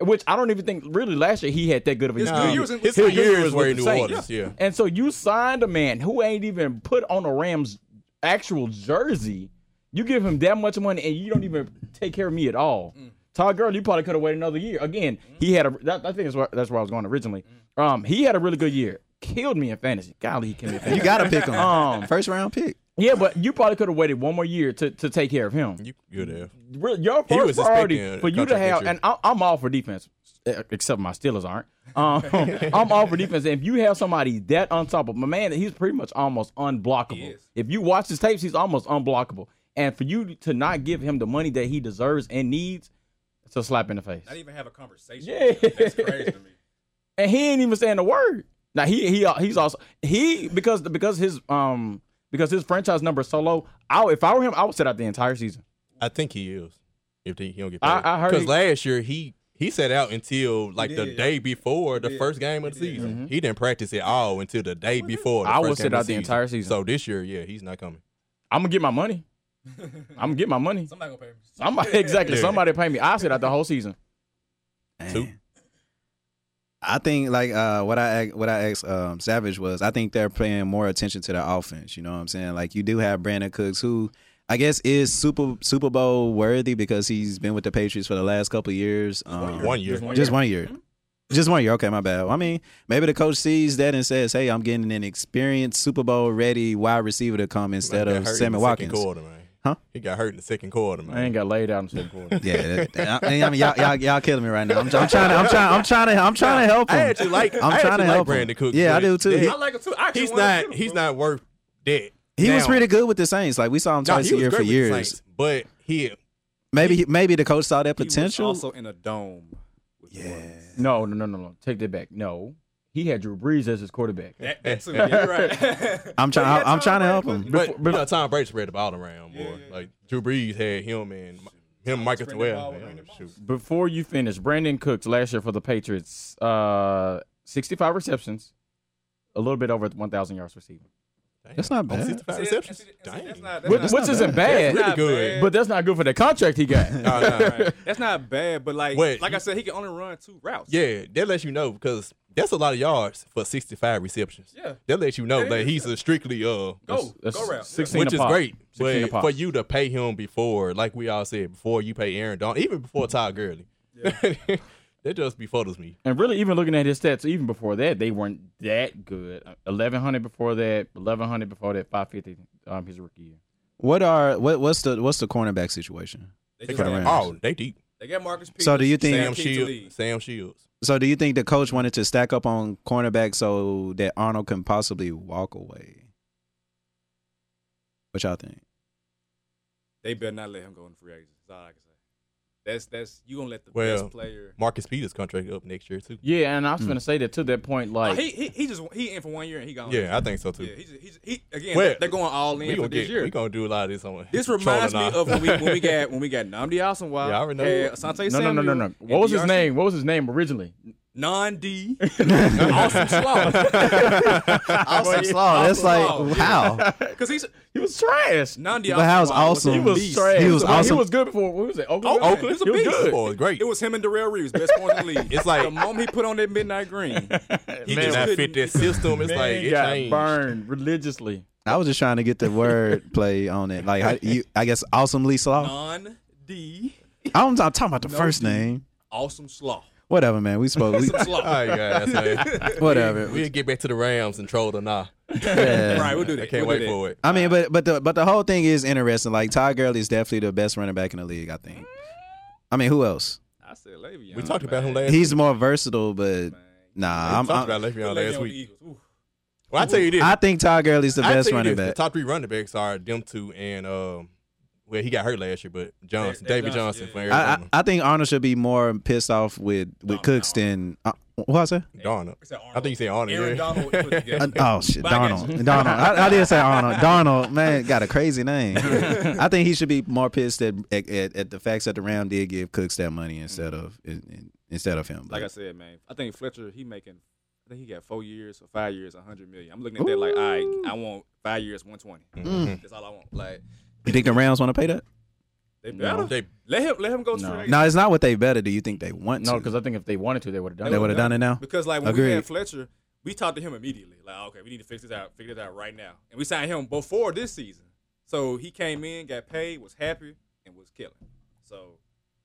which I don't even think really last year he had that good of a
His
year.
good years in-
His
his
good years
was
were
with
in
the
New
Saints.
Orleans, yeah.
and so you signed a man who ain't even put on a Rams actual jersey. You give him that much money, and you don't even take care of me at all. Todd Gurley, you probably could have waited another year. Again, he had a. That, I think that's where, that's where I was going originally. Um, he had a really good year. Killed me in fantasy. Golly, he killed me. In fantasy.
You gotta pick them.
Uh,
Um,
First round pick.
yeah, but you probably could have waited one more year to, to take care of him.
You good there.
Real- Your
He
first
was
priority
expecting a
for you to
contract
have,
next year.
and I, I'm all for defense, eh, except my Steelers aren't. Um, I'm all for defense. And if you have somebody that unstoppable, my man, he's pretty much almost
He
unblockable.
is.
If you watch his tapes, he's almost unblockable. And for you to not give him the money that he deserves and needs, it's a slap in the face.
Not even have a conversation.
Yeah.
that's crazy to me.
And he ain't even saying a word. Now he he uh, he's also he because because his um because his franchise number is so low. I if I were him, I would sit out the entire season.
I think he is. If he, he don't get paid,
I- I heard he-
because last year he he sat out until like the
did.
day before the
did.
first game of the season. He didn't practice at all until the day before. The
I
first
would
game
sit
of the
out the entire season.
So this year, yeah, he's not coming.
I'm gonna get my money. I'm gonna get my money.
Somebody gonna pay me.
Somebody exactly.
Yeah.
Somebody pay me. I sit out the whole season.
Two.
I think like uh, what I ac- what I asked um, Savage was I think they're paying more attention to the offense. You know what I'm saying? Like you do have Brandon Cooks, who I guess is Super Super Bowl worthy because he's been with the Patriots for the last couple of years. Um,
One year. Mm-hmm.
just one year. Just one year. Okay, my bad. Well, I mean, maybe the coach sees that and says, "Hey, I'm getting an experienced Super Bowl ready wide receiver to come
Man,
instead
got
of
hurt in
Sammy
the second
Watkins."
Quarter, man.
Huh?
He got hurt in the second quarter,
I
man.
ain't got laid out in the second quarter.
Yeah, that- that- I, I mean, y'all, y'all, y'all killing me right now. I'm, I'm trying to, I'm trying, I'm trying to, I'm trying to help him.
I actually like.
I'm
I actually
trying to
like
help him.
Brandon Cook.
Yeah,
but
I do too.
he-
I
I like him too. I actually
he's
wanna
not.
shoot him,
He's
bro.
not worth that.
He was
now.
pretty good with the Saints. Like we saw him
No,
twice
he
a
was
year
great
for
with the
years.
Saints, but he
Maybe, maybe the coach saw that
He was
potential.
also in a dome. With yeah.
No, no, no, no, no. Take that back. No, he had Drew Brees as his quarterback.
That, that too. Yeah, you're right.
I'm trying,
But he had
I'm, I'm trying
Tom
to
Brady
help
with
him.
But,
Before-
you know, Tom Brady spread the ball around, boy. Like Drew Brees had him and him, Mike as
Spread the
well.
ball around the
shoot.
Before you finish, Brandon Cooks last year for the Patriots, uh, 65 receptions, a little bit over 1,000 yards receiving,
That's not
Damn.
bad.
65
See, that's-
receptions.
see, that's-
Dang.
that's not- that's
which,
not-
which
not
isn't
That's
bad.
really
not
good.
bad.
But that's not good for the contract he got.
No, no.
Right. That's not bad, but like,
Wait.
like I said, he can only run two routes.
Yeah, that lets you know because that's a lot of yards for 65 receptions.
Yeah.
That lets you know
That
that,
is,
he's a strictly uh,
go,
That's
go route.
16
which
a
is
pop.
great.
16 a
But
pop.
for you to pay him before, like we all said, before you pay Aaron Don, even before Todd Gurley, that just befuddles me.
And really, even looking at his stats, even before that, they weren't that good. Eleven hundred before that, eleven hundred before that, five fifty um his rookie year.
What are, what, what's the, what's the cornerback situation?
They,
They
just
got-
got,
Rams.
oh, they deep.
they got Marcus. Peters.
So do you think-
Sam
Key to
Shields.
lead.
Sam Shields.
So do you think the coach wanted to stack up on cornerback so that Arnold can possibly walk away? What y'all think?
They better not let him go in free agency. That's all I can say. That's that's you gonna let the
Well,
best player.
Marcus Peters contract up next year too.
Yeah, and I was gonna say that to that point,
Oh,
like
he, he he just he in for one year and he gone.
Yeah, I think so too.
yeah. He's, he's he again.
Well,
they're going all in
we
for
gonna
this
get,
year.
we gonna do a lot of this on.
This
Trolling
reminds me
Eye.
of when we when we got when we got Namdi Asamoah.
Yeah, I already know.
had Asante
no, no, no, no,
Samuel
no.
and
What was his
DRC.
name? What was his name originally?
non D, awesome slow.
Awesome slaw. That's
Slaw.
like how.
Because he's
He was trash.
non D.
But how's awesome?
He was
Beast.
trash.
He was
Like,
awesome.
He was good before. What was it? Oakland.
Oakland.
He
He
was
was a
This
good.
boy is great.
It was him and Darrell Reeves, best point in the league. It's like the moment he put on that midnight green,
He
Man,
did not fit
couldn't-
that system. It's
Man
like it
got
changed.
burned religiously.
I was just trying to get the word play on it. Like how, you, I guess awesomely slaw.
non D,
I'm, I'm talking about the first name.
awesome slaw.
Whatever, man. We spoke. We,
Slaw.
All right, guys. man.
whatever.
We'll get back to the Rams and troll the nah.
Yeah.
Right, we'll do that.
I can't
We'll
wait
do that.
for it.
I mean, but but the but the whole thing is interesting. Like Todd Gurley is definitely the best running back in the league. I think. I mean, who else?
I said Le'Veon.
We talked about him last.
He's more versatile, but nah. I'm,
we talked
I'm,
about Le'Veon
Le'Veon
last
the
week.
Eagles. Ooh.
Well, I tell you this.
I think Todd Gurley's the
I
best
tell you
running
this, The
back.
top three running backs are them two and um. Well, he got hurt last year, but Johnson,
Dave
David Johnson, from
Johnson, yeah.
I, I
Arizona.
I think Arnold should be more pissed off with with Cooks than uh, what I say.
Darnold.
It's that
I think you said Arnold.
Aaron
yeah.
Donald put it
Uh,
together.
oh shit,
But I got
Donald,
you.
Donald. I, I did say Arnold. Donald, man, got a crazy name. I think he should be more pissed at at, at, at the facts that the Ram did give Cooks that money instead of in, in- instead of him.
Like I
But
said, man, I think Fletcher he making. I think he got four years or five years, a hundred million. I'm looking at that like, all right, I want five years, one twenty. That's all I want. Like
you think the Rams want to pay that?
they better
They-
let him let him go no.
No, it's not what they better. Do you think they want
No,
to?
because I think if they wanted to, they would have done
they
it.
would have done it now.
Because like when
Agreed.
we had Fletcher, we talked to him immediately. Like, okay, we need to fix this out, figure this out right now. And we signed him before this season. So he came in, got paid, was happy, and was killing. So,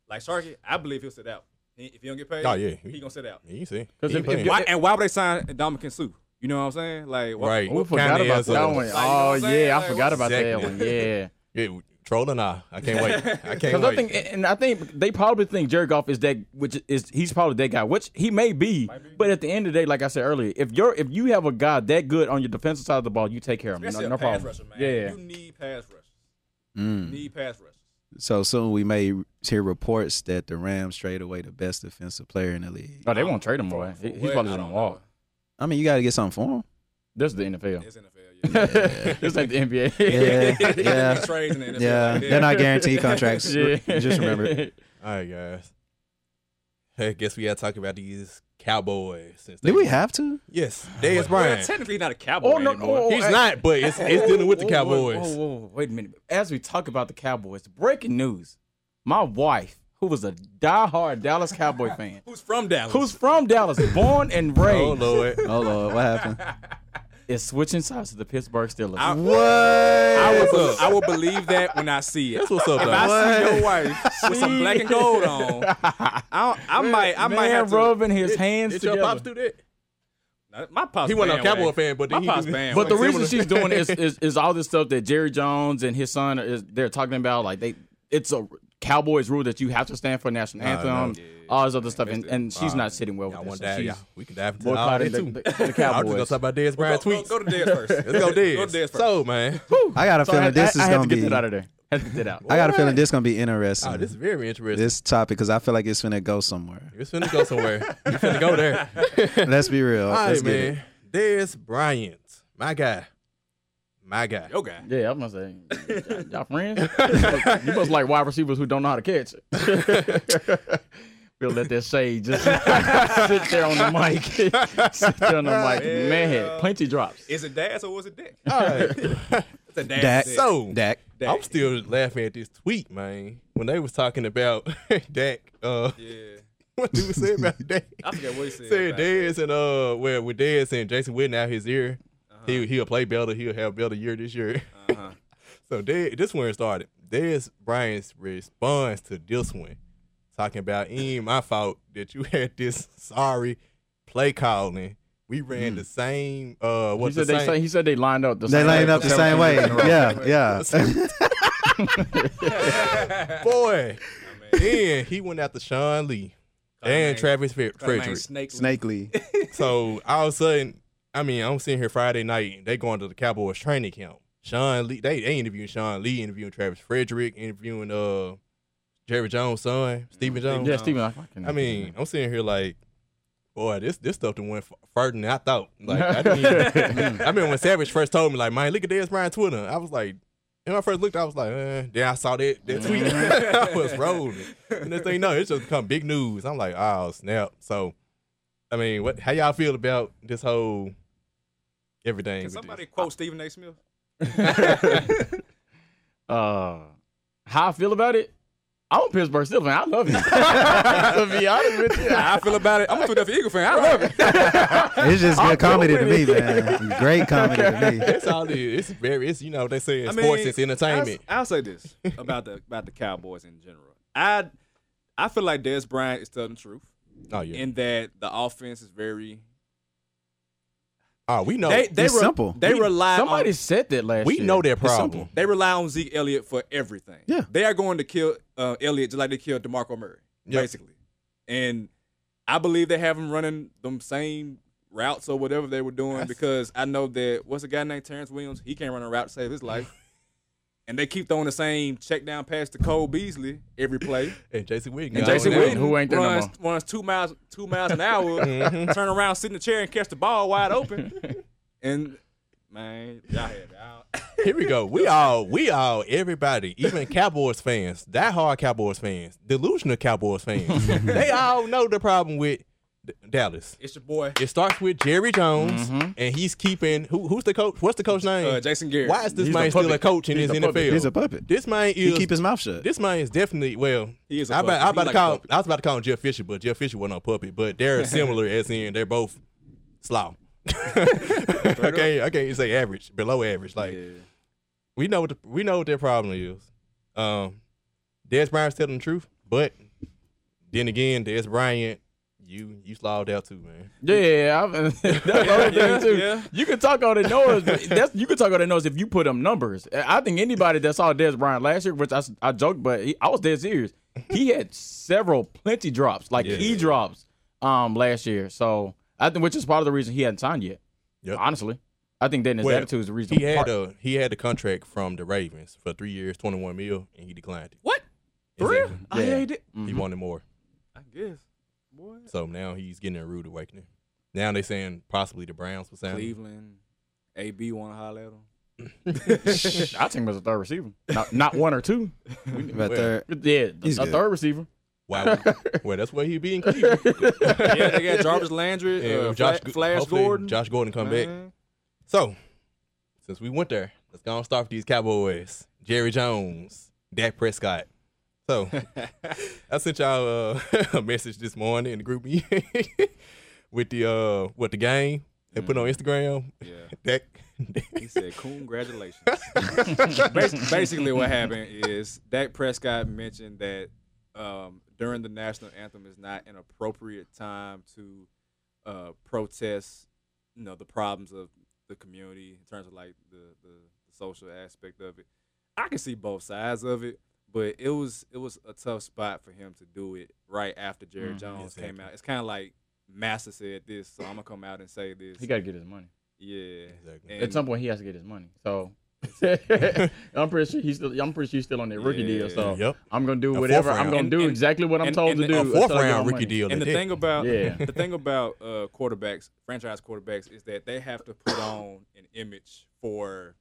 like Sharky, I believe he'll sit out. He- If he don't get paid,
Oh, yeah.
he gonna sit out.
You see,
'Cause
He
if-
playing.
if-
Why, and why would they sign Dominican Sue? You know what I'm saying? Like, why,
right?
We forgot
Kinda
about
is a-
that one.
you know what
Oh
I'm saying?
yeah, I
Like,
forgot about that
exactly.
one. Yeah.
Yeah, troll the nah. I can't wait. I can't
Because
wait.
I think, and I think they probably think Jared Goff is that, which is he's probably that guy, which he may be. But at the end of the day, like I said earlier, if you're if you have a guy that good on your defensive side of the ball, you take care of him.
That's
No,
a
no
pass
problem.
rusher, man.
Yeah. Mm.
you need pass rushers. Need pass rushers.
So soon we may hear reports that the Rams trade away the best defensive player in the league.
Oh, they won't trade him away. He- He's
Well,
probably
I
just
don't
gonna walk.
I mean, you got to get something for him.
This is the NFL.
It's NFL. Yeah.
this ain't the NBA.
Yeah,
yeah.
yeah,
Trades in the NFL.
yeah.
Like that.
They're not guaranteed contracts.
Yeah.
Just remember. it.
All right, guys. I guess we gotta talk about these Cowboys. Since
Do we have to?
Yes, Dez
Well,
Bryant.
technically not a cowboy
Oh, no,
anymore.
oh,
He's
hey.
not, but it's it's dealing with the
Whoa, whoa,
Cowboys.
Whoa, whoa, whoa, wait a minute. As we talk about the Cowboys, breaking news: my wife, who was a diehard Dallas Cowboy fan,
Who's from Dallas?
who's from Dallas, born and
Oh
raised,
Lord.
Oh Lord, what happened?
is switching sides to the Pittsburgh Steelers.
I, I
What?
would, be- I would believe that when I see it.
That's what's up,
If I
though.
see your wife with some black and gold on, I, I might, I
man
might have to.
rubbing his hands
Did your
together.
pops do that?
Nah, My pops,
He wasn't a
bandwagon.
Cowboy fan, but
my
then he
pops
do-
band.
But the reason she's doing it is, is is all this stuff that Jerry Jones and his son is they're talking about. Like they, it's a Cowboys rule that you have to stand for a national anthem, all this other stuff, and, and she's not sitting well with
I
this.
want
so she's
that. We can dive into all that
boycotting the,
too.
the- the
I was just gonna
Cowboys.
talk about Dez Bryant
go,
tweets.
go to Dez first.
Let's go, Dez.
Go to Dez first.
So man,
I got a
So
feeling
I,
this
I,
is
I had
gonna
to get
be.
that out of there. I had to get that out.
I got a feeling this gonna be interesting.
oh, this
this,
is very interesting.
topic because I feel like it's finna go somewhere.
It's finna go somewhere. you finna go there.
Let's be real.
All
Let's
right,
get it.
man. Dez Bryant, my guy, my guy.
Yo, guy.
Yeah, I'm gonna say y- y'all friends. you must like wide receivers who don't know how to catch. we'll let that shade just sit there on the mic. sit there on the mic, man. Plenty drops.
Is it Daz or was it Dick?
All right.
It's a Daz.
Dak.
Dick.
So
Dak.
I'm still laughing at this tweet, man. When they was talking about Dak, uh,
yeah.
what dude said about Dak?
I forget what he said.
Said
about
Dez and uh, well, with Dez and Jason Witten out his ear,
Uh-huh.
he he'll play better. He'll have better year this year. so Dez, this one started. Dez Bryant's response to this one, talking about it ain't my fault that you had this sorry play calling. We
Hmm.
ran the same. Uh, what
He said
the
they
same,
say, he said they lined up the
They
same
line up the same way. Yeah, yeah.
boy. then he went after Sean Lee and
name.
Travis Fe-
that man,
Frederick.
Snake.
Snakely.
So all of a sudden, I mean, I'm sitting here Friday night. and They going to the Cowboys training camp. Sean Lee, they, they interviewing Sean Lee, interviewing Travis Frederick, interviewing uh Jerry Jones' son, Stephen Jones.
Yeah, Steven. I, fucking-
I mean, I'm sitting here like, boy, this this stuff that went f- further than I thought. Like, I, didn't even- I mean, when Savage first told me, like, man, look at this Brian Twitter, I was like, and when I first looked, I was like, eh. then I saw that that tweet,
Mm-hmm.
I was rolling. And next thing you know, it's just become big news. I'm like, oh snap. So I mean, what? How y'all feel about this whole everything?
Can
with
somebody
this?
quote Stephen A. Smith?
Uh, how I feel about it? I'm a Pittsburgh Steelers fan. I love it. to be honest with you,
How I feel about it. I'm a Philadelphia Eagle fan. I love it.
It's just
I'm
good comedy to
doing
me,
it.
man. Great comedy to me.
That's all it is. It's very. It's you know what they say in sports. It's entertainment.
I'll, I'll say this about the about the Cowboys in general. I I feel like Des Bryant is telling the truth
oh yeah.
in that the offense is very
oh, we know.
they they
it's
re-
simple.
They rely
somebody
on,
said that last.
we
year.
know their
It's simple.
problem.
they rely on Zeke Elliott for everything.
Yeah.
they are going to kill uh, Elliott just like they killed Demarco Murray,
Yep.
basically. And I believe they have him running them same routes or whatever they were doing because I know that what's a guy named Terrence Williams? He can't run a route to save his life. and they keep throwing the same check down pass to Cole Beasley every play.
And Jason Witten.
And
gone
Jason
now.
Witten, who ain't there no Mm-hmm.
runs, runs two miles two miles an hour, turn around, sit in the chair and catch the ball wide open. and man, y'all had it out.
Here we go. We all, we all, everybody, even Cowboys fans, that hard Cowboys fans, delusional Cowboys fans, they all know the problem with D- Dallas.
It's your boy.
It starts with Jerry Jones, and he's keeping who, who's the coach? What's the coach name?
Mm-hmm. Uh, Jason Garrett.
Why is this
He's a
man still a
puppet.
coach in
He's
this
a
NFL?
puppet.
He's a puppet.
This man
He
is
keep his mouth shut.
this man is definitely well.
He is a
I about,
puppet.
I
He
about to
like a
call.
puppet.
I was about to call him Jeff Fisher, but Jeff Fisher wasn't a puppet. But they're similar, as in they're both slow. okay, I can't say average, below average. Like we know what the, we know what their problem is. Um, Des Bryant's telling the truth, but then again, Des Bryant, you you slowed out too, man.
Yeah, I'm, that's the other
Yeah,
thing too.
yeah.
You can talk all that noise. but That's you can talk all that noise if you put them numbers. I I think anybody that saw Des Bryant last year, which I, s- I joked, but he, I was dead serious. He had several plenty drops, like
Yeah.
e drops, um, last year. So I think which is part of the reason he hadn't signed yet.
Yep.
Honestly, I think that and his
Well,
attitude is the reason.
He had
part-
a he had a contract from the Ravens for three years, twenty one mil, and he declined it.
What? For
Exactly.
real? Oh, yeah, he did.
Mm.
He wanted more.
I guess. Boy.
So now he's getting a rude awakening. Now they saying possibly the Browns will sign. him.
Cleveland, AB want to holler at him.
I think it was a third receiver, not not one or two.
But they're-
Yeah,
He's
a
good.
third receiver.
Why? would- well, that's where he'd be in Cleveland.
yeah, they got Jarvis Landry,
And
uh,
if Josh,
Fla- Flash
hopefully
Gordon.
Josh Gordon come back.
Man.
So since we went there, let's go and start with these Cowboys. Jerry Jones, Dak Prescott. So I sent y'all uh, a message this morning in the group meeting with the uh, what the game they put
Mm.
on Instagram.
Yeah.
Dak,
He said, congratulations. Bas- Basically, what happened is Dak Prescott mentioned that um, during the national anthem is not an appropriate time to uh, protest, you know, the problems of the community in terms of like the, the, the social aspect of it. I can see both sides of it, but it was it was a tough spot for him to do it right after Jerry Jones came
Exactly.
out. It's kind of like Master said this, so I'm gonna come out and say this.
He got to get his money.
yeah.
Exactly.
And-
At some point, he has to get his money. So I'm pretty sure he's still. I'm pretty sure he's still on that rookie deal.
Oh,
So
Yep.
I'm gonna do
A
whatever.
fourth
I'm
round.
gonna
And-
do
and-
exactly what I'm
and-
told
and
to
a
do.
a
until I
fourth
get my
round
money.
rookie deal.
And the
to Dak.
thing about
Yeah.
the thing about uh, quarterbacks, franchise quarterbacks, is that they have to put on an image for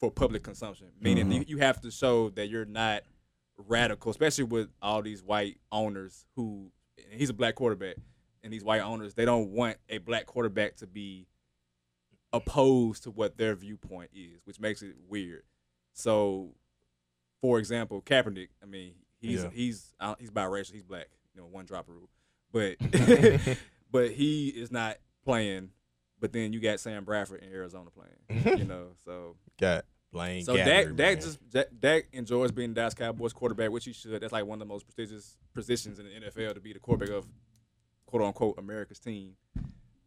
for public consumption. Meaning
Mm-hmm.
you, you have to show that you're not radical, especially with all these white owners who and he's a black quarterback, and these white owners they don't want a black quarterback to be opposed to what their viewpoint is, which makes it weird. So, for example, Kaepernick. I mean, he's
Yeah.
he's uh, he's biracial. He's black. You know, one drop rule. But but he is not playing. But then you got Sam Bradford in Arizona playing. you know, so
got Blaine.
so Dak, Dak just Dak, Dak enjoys being Dallas Cowboys quarterback, which he should. That's like one of the most prestigious positions in the NFL to be the quarterback of quote unquote America's team.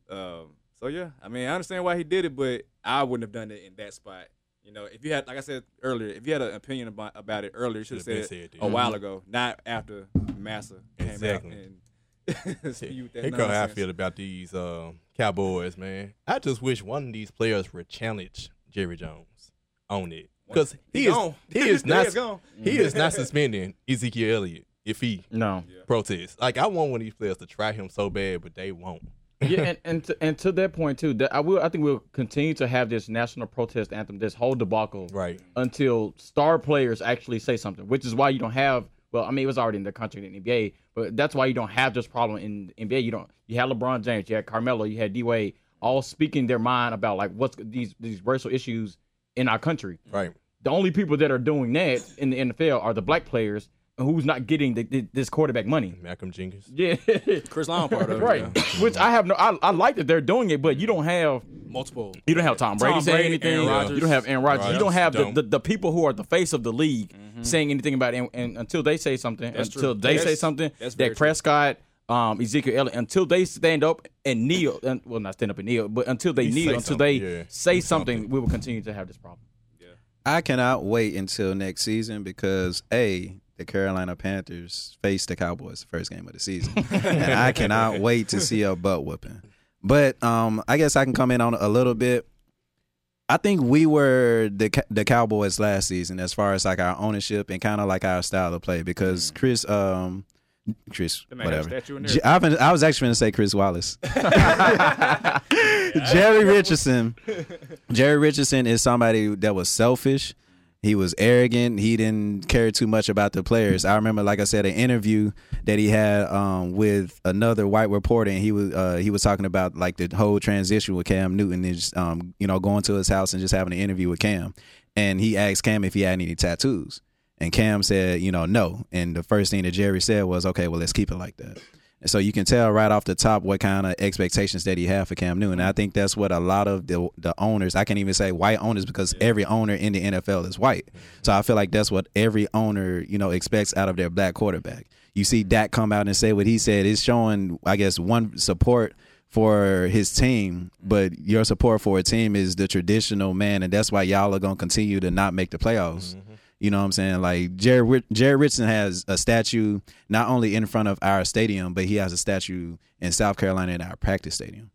Um, so yeah, I mean, I understand why he did it, but I wouldn't have done it in that spot. You know, if you had, like I said earlier, if you had an opinion about, about it earlier, you should have
Should've been
said,
said
it
then.
a while ago, not after Massa came
Exactly.
out and spewed that
Here go how I
nonsense.
feel about these uh, Cowboys, man. I just wish one of these players would challenge Jerry Jones on it because
He
he, is
gone.
he is not
He is gone.
he is not suspending Ezekiel Elliott if he
No.
protests. Like I want one of these players to try him so bad, but they won't.
yeah, and and to, and to that point too, that I will. I think we'll continue to have this national protest anthem, this whole debacle,
Mm-hmm.
Right.
until star players actually say something, which is why you don't have Well, I mean, it was already in the contract in the NBA, but that's why you don't have this problem in the NBA. You don't. You had LeBron James, you had Carmelo, you had D Wade, all speaking their mind about like what's these these racial issues in our country.
Right.
The only people that are doing that in the NFL are the black players who's not getting the, the, this quarterback money.
Malcolm Jenkins.
Yeah,
Chris Long part of it,
right.
yeah.
Which I have no. I, I like that they're doing it, but you don't have
Multiple.
you don't have Tom Brady
Tom
saying
Brady,
anything.
Aaron Rodgers.
You don't have Aaron Rodgers. You
Rodgers
don't have the,
don't.
the, the people who are the face of the league saying anything about it. And, and until they say something,
Mm-hmm. That's
until
true.
they say
That's-
something,
that's very
Dak
true.
Prescott, um, Ezekiel Elliott, until they stand up and kneel, and, well, not stand up and kneel, but until they
At least
kneel,
say
until they
something, yeah.
say
Do
something,
something.
we will continue to have this problem.
I cannot wait until next season because a the Carolina Panthers face the Cowboys the first game of the season, and I cannot wait to see a butt whooping. But um, I guess I can come in on a little bit. I think we were the Ca- the Cowboys last season as far as like our ownership and kind of like our style of play
Mm.
because Chris um Chris
man had a
whatever
statue in there.
J- I've been- I was actually going to say Chris Wallace. Jerry Richardson. Jerry Richardson is somebody that was selfish. He was arrogant. He didn't care too much about the players. I remember, like I said, an interview that he had um, with another white reporter, and he was uh, he was talking about like the whole transition with Cam Newton and just, um, you know going to his house and just having an interview with Cam. And he asked Cam if he had any tattoos, and Cam said, you know, no. And the first thing that Jerry said was, okay, well, let's keep it like that. And so you can tell right off the top what kind of expectations that he had for Cam Newton. And I think that's what a lot of the, the owners, I can't even say white owners because every owner in the NFL is white. So I feel like that's what every owner, you know, expects out of their black quarterback. You see Dak come out and say what he said. It's showing, I guess, one support for his team, but your support for a team is the traditional man, and that's why y'all are gonna continue to not make the playoffs. You know what I'm saying? Like Jared, Wi- Jared Richardson has a statue not only in front of our stadium, but he has a statue in South Carolina in our practice stadium.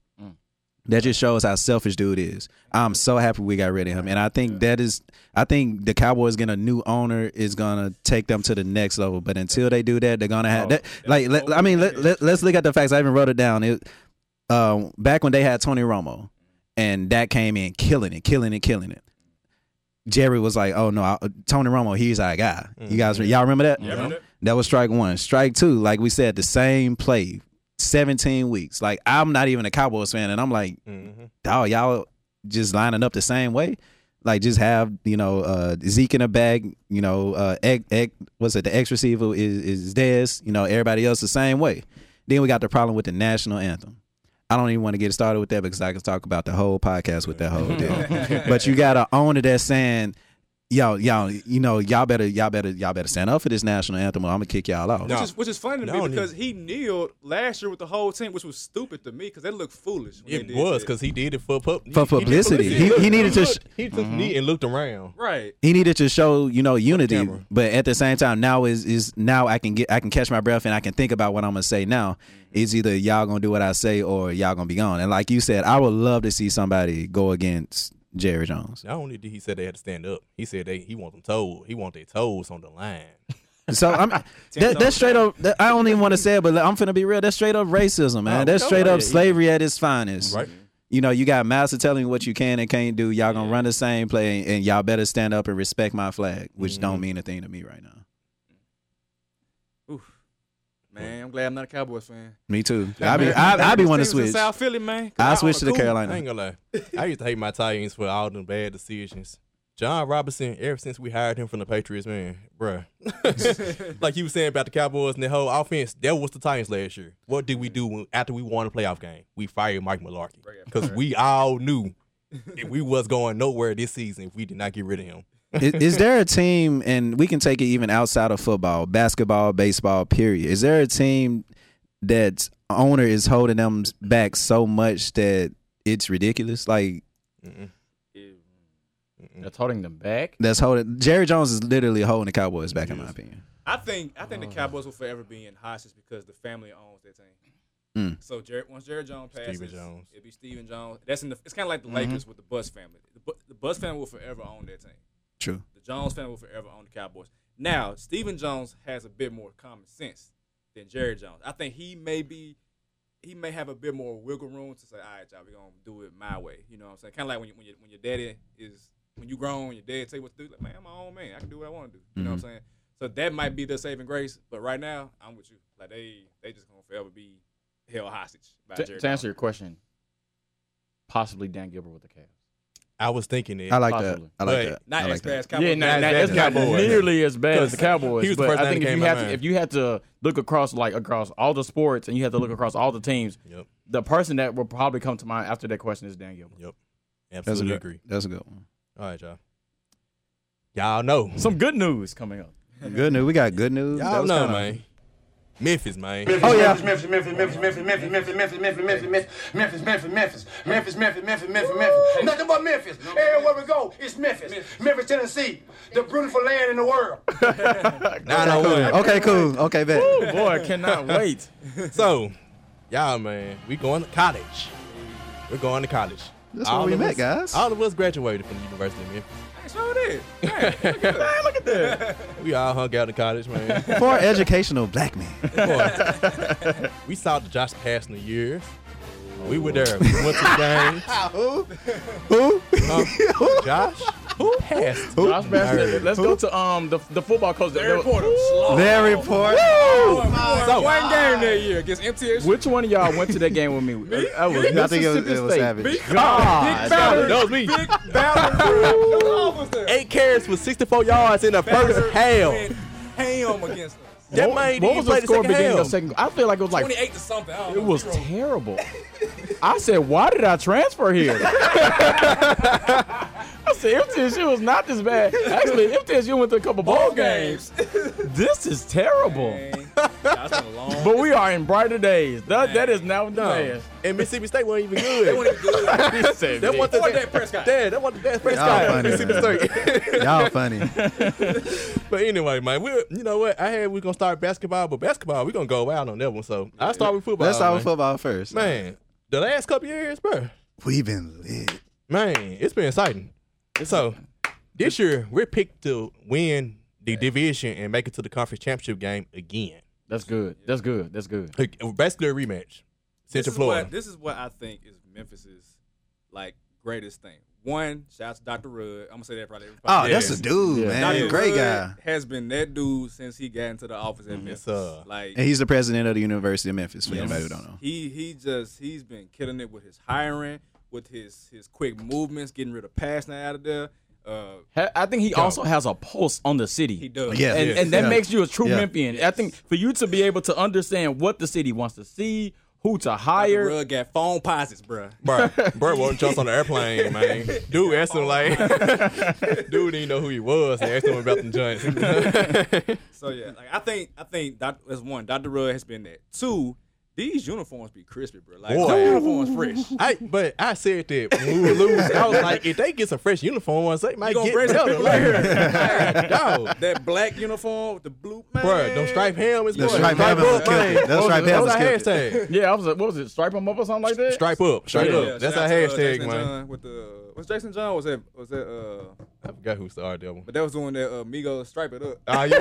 That just shows how selfish dude is. I'm so happy we got rid of him, and I think that is, I think the Cowboys getting a new owner is gonna take them to the next level. But until they do that, they're gonna have that. Like, let, I mean, let, let, us look at the facts. I even wrote it down. It, um, back when they had Tony Romo, and that came in killing it, killing it, killing it. Jerry was like, "Oh no, I, Tony Romo, he's our guy." You guys, re- y'all remember that? That was strike one. Strike two, like we said, the same play, seventeen weeks. Like I'm not even a Cowboys fan, and I'm like,
Mm-hmm.
Mm-hmm.
"Dog, y'all just lining up the same way." Like just have you know uh, Zeke in a bag, you know, uh, egg, egg, what's it? The ex receiver is is theirs, you know. Everybody else the same way. Then we got the problem with the national anthem. I don't even want to get started with that because I could talk about the whole podcast with that whole deal. but you got an owner that's saying, "Yo, y'all, you know, y'all better, y'all better, y'all better stand up for this national anthem, or I'm gonna kick y'all out."
No.
Which is, which is funny to
No,
me because he kneeled last year with the whole team, which was stupid to me because they looked foolish. when they
It
did
was
that.
because he did it for pub- he-
For publicity. He- he needed to sh- Mm-hmm.
looked- he took knee and looked around.
right.
He needed to show, you know, unity,
camera.
but at the same time, now is is now I can get, I can catch my breath and I can think about what I'm gonna say. Now
Mm-hmm.
it's either y'all gonna do what I say or y'all gonna be gone. And like you said, I would love to see somebody go against Jerry Jones.
Not only did he say they had to stand up, he said they he want them toes. He want their toes on the line.
So I'm that, that's straight up. That, I don't even want to say it, but I'm finna be real. That's straight up racism,
Oh,
man. that's straight up slavery at its finest.
Right.
You know, you got master telling you what you can and can't do. Y'all gonna run the same play, and, and y'all better stand up and respect my flag, which
Mm-hmm.
don't mean a thing to me right now.
Man, I'm glad I'm not a Cowboys fan.
Me too. I be I, I be want to
Teams in
switch.
South Philly, man.
I switch to the
I
Carolina.
ain't gonna lie. I used to hate my Titans for all them bad decisions. John Robinson, ever since we hired him from the Patriots, man, bruh. like you were saying about the Cowboys and the whole offense, that was the Titans last year. What did we do when, after we won a playoff game? We fired Mike Mularkey because we all knew that we was going nowhere this season if we did not get rid of him.
is, is there a team, and we can take it even outside of football, basketball, baseball, period. Is there a team that owner is holding them back so much that it's ridiculous? Like
Mm.
That's holding them back.
that's holding Jerry Jones is literally holding the Cowboys back, in my opinion.
I think I
Oh.
think the Cowboys will forever be in hostage because the family owns their team.
Hmm.
So Jared, once Jared Jones passes,
Stephen Jones.
it'll be Steven Jones. That's in the. It's kind of like the
Mm-hmm.
Lakers with the Bus family. The, Bu- the Bus family will forever own their team.
True.
The Jones family will forever own the Cowboys. Now Steven Jones has a bit more common sense than Jared Jones. I think he may be. He may have a bit more wiggle room to say, "All right, y'all, we gonna do it my way." You know what I'm saying? Kind of like when you, when your when your daddy is when you grown, your dad tell you what to do. Like, man, I'm my own man. I can do what I want to do. You know what I'm saying? So that might be the saving grace. But right now, I'm with you. Like they they just gonna forever be held hostage by
To,
Jared
to answer your
Goff.
question, possibly Dan Gilbert with the Cavs.
I was thinking it.
I like
Possibly.
that. I like
But
that.
Not
I
as
like that.
fast Cowboys.
yeah, no,
not
no,
as
it's not
bad as Cowboys.
nearly as bad as the
'Cause
Cowboys.
he was the
but
first
I
name
think
that
if
came
you
to
had
mind.
to, if you had to look across like across all the sports and you had to look across all the teams,
Yep.
the person that will probably come to mind after that question is Dan Gilbert.
That's a
Absolutely
good.
agree.
That's a good one.
All right, y'all. Y'all know.
Some good news coming up.
Good news. We got good news. That
Y'all
was
know,
kinda-
man. Memphis, man.
Oh yeah.
Memphis, Memphis, Memphis, Memphis, Memphis, Memphis, Memphis, Memphis, Memphis, Memphis, Memphis, Memphis, Memphis, Memphis, Memphis, Memphis, Memphis. Nothing but Memphis. Everywhere we go, it's Memphis. Memphis, Tennessee, the beautiful land in the world.
Nine on one.
Okay, cool. Okay, bet.
Oh boy, I cannot wait.
So, y'all, man, we going to college. We're going to college.
That's where we
of
met,
us-
guys.
All of us graduated from the University of Memphis.
Sure did.
We all hung out in college, man.
For educational black man.
Boy, we saw the Josh Pastner years. We were there. We went to games.
Who?
Huh? Josh? Who? Pastner.
Josh Bassett, let's go to um the, the football coach. that-
Third quarter.
Very poor.
So,
One game that year against MTSU.
Which one of y'all went to that game with me? I was
I think it was,
Mississippi
it was
State.
savage.
God,
Ballard. That was me.
Big Ballard.
Eight carries for 64 yards in the first half.
Ham against us.
That man
what
didn't
was
play
the
the
score
second
beginning of
half.
second? I feel like it was like
28 to something. I don't
It
know,
was
zero.
terrible. I said, why did I transfer here? I said, MTSU was not this bad. Actually, MTSU went to a couple ball games. This is terrible.
That's been a long.
But we are in brighter days. That, that is now the
No.
past.
And Mississippi State wasn't even good.
He said,
That wasn't
Or
the
Dak Prescott.
Dad, that wasn't the best
Y'all
Prescott. Mississippi
funny, man.
State.
Y'all funny.
But anyway, man, we you know what? I had we gonna start basketball, but basketball we gonna go out on that one. So I start with football.
Let's start with
man.
football first.
Man, the last couple years, bro,
We've been lit.
man, it's been exciting. So this year we're picked to win the division and make it to the conference championship game again.
That's good. That's good. That's good.
Like, Basically a rematch.
This
Central
is, what,
Florida.
this is what I think is Memphis's like greatest thing. One, shout out to Dr. Rudd. I'm gonna say that probably. every
Oh,
podcast.
that's a dude,
Yeah.
man.
Dr.
Great
Rudd
guy.
Has been that dude since he got into the office at Memphis.
sir.
Like
And he's the president of the University of Memphis, for anybody who don't know.
He he just he's been killing it with his hiring, with his his quick movements, getting rid of passing out of there. Uh,
Ha- I think he also has a pulse on the city.
he does.
Yeah.
and, and that
Yeah.
makes you a true
Yeah.
Memphian. I think for you to be able to understand what the city wants to see, who to
Dr.
hire,
Rudd got phone posits, bruh.
Bro, bro won't jump on the airplane, man. Dude asked him like Dude didn't know who he was. They asked him about the Giants.
So yeah, like I think I think doc, that's one. Dr. Rudd has been that. Two, these uniforms be crispy, bro. Like
Boy.
the uniforms fresh.
I but I said that when we were losing, I was like, if they get some fresh uniforms, they might
You gonna
get
fresh
better.
people out
Like, dog,
That black uniform with the blue man.
bro, them striped helmets,
The
boy,
striped helmets
up,
killed
man.
it. Those striped
That was
helmets
our hashtag.
Yeah, I was. Like, what was it? Stripe them up or something like that.
Stripe up, straight
Yeah.
up. That's
shout
our
out to, uh,
hashtag,
Jason
man.
John with the was Jason John was that was that uh
I forgot who started that one.
but that was doing that uh, Migos stripe it up.
Ah, yeah,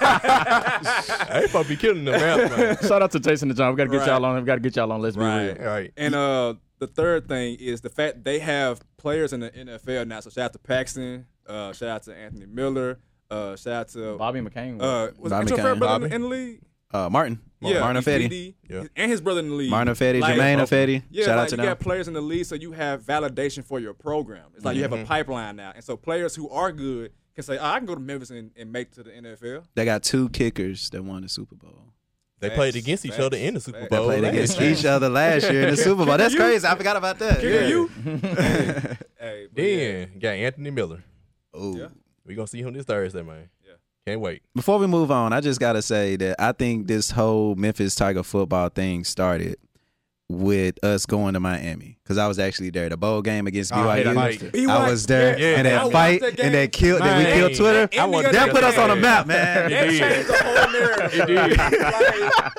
yeah. I ain't supposed to be killing them, out, man.
Shout out to Jason and John. We got to get
Right.
y'all on. We got to get y'all on. Let's be
Right.
real.
All right,
And uh, the third thing is the fact they have players in the NFL now. So shout out to Paxton. Uh, shout out to Anthony Miller. Uh, shout out to
Bobby McCain.
Uh,
Bobby
was Bobby your favorite
Kane.
brother in
Bobby.
the- in the league?
Uh, Martin. Martin
he's
Affetti.
DD.
Yeah.
And his brother in the league.
Martin Affetti,
Like,
Jermaine Affetti.
Yeah,
Shout
like
out to
you
them.
got players in the league, so you have validation for your program. It's like
Mm-hmm.
you have a pipeline now, and so players who are good can say, oh, "I can go to Memphis and, and make it to the NFL."
They got two kickers that won the Super Bowl.
they
Facts,
played against each
facts,
other in the Super
facts.
Bowl.
They
Played
That
against
is-
each other last year in the Super Bowl. That's crazy. I forgot about that.
Yeah.
Yeah.
You, hey, but yeah.
Then got Anthony Miller.
Ooh.
Yeah.
We gonna see him this Thursday, man.
Yeah.
Can't wait.
Before we move on, I just gotta say that I think this whole Memphis Tiger football thing started with us going to Miami because I was actually there. The bowl game against
I hate
BYU,
Oh, that
fight.
I was there,
Yeah,
and
yeah.
that
I watched
fight,
that game.
and that killed, that we
Man.
killed Twitter.
I want
That put us on the map, man.
That
It
changed the whole narrative.
It did.
Like,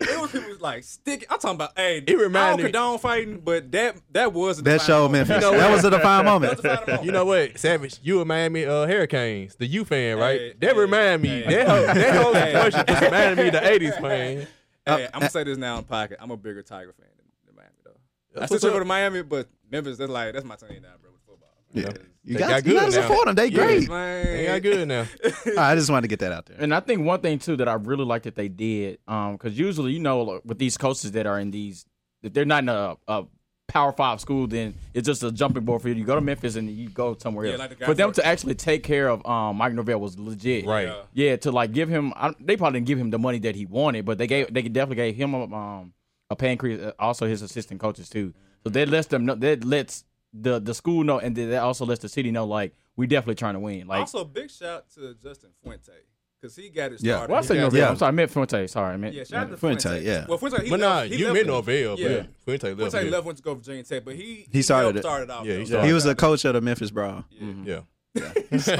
it was people was like stick. I'm talking about hey.
It reminded-
I don't condone fighting, but that that was a
That
defining
showed
moment.
Memphis. that was a defined moment.
That was a defining moment.
You know what, Savage? You a Miami uh, Hurricanes, the U fan, right?
Hey,
that
hey,
remind me.
hey.
that whole, that whole
Hey.
situation just reminded me of the '80s, man.
Uh,
Hey, I'm gonna say this now in pocket. I'm a bigger Tiger fan than, than Miami though. I
That's
still
what's
go
up.
to Miami, but Memphis. That's like that's my team now, bro. With football. Yeah.
You
They
got,
got
you got
good
to
now.
support them. They great.
They got good now.
I just wanted to get that out there.
And I think one thing too that I really like that they did, um, because usually you know like, with these coaches that are in these, if they're not in a, a Power Five school, then it's just a jumping board for you. You go to Memphis and you go somewhere
Yeah,
else.
like the guy
for them
for-
to actually take care of um, Mike Norvell was legit,
Right.
Yeah.
Yeah, to like give him, I, they probably didn't give him the money that he wanted, but they gave, they definitely gave him a, um, a pay increase. uh, Also, his assistant coaches too. So that lets them know, that lets the the school know, and then that also lets the city know, like we definitely trying to win. Like
also, big shout to Justin Fuente because he got it
Yeah.
started.
Well, I said
yeah,
Norvell.
Yeah.
I'm sorry, I meant Fuente. Sorry, I meant.
yeah, shout out to
Fuente,
Fuente.
yeah.
Well, Fuente, he
But nah,
left, he
you
left
meant
when-
Norvell,
Yeah.
but Fuente left.
Fuente
here.
left went to go for Virginia Tech, but he
He started
helped
it.
started off.
Yeah, he
though.
started.
He was the coach of the Memphis Brawl.
Yeah.
So,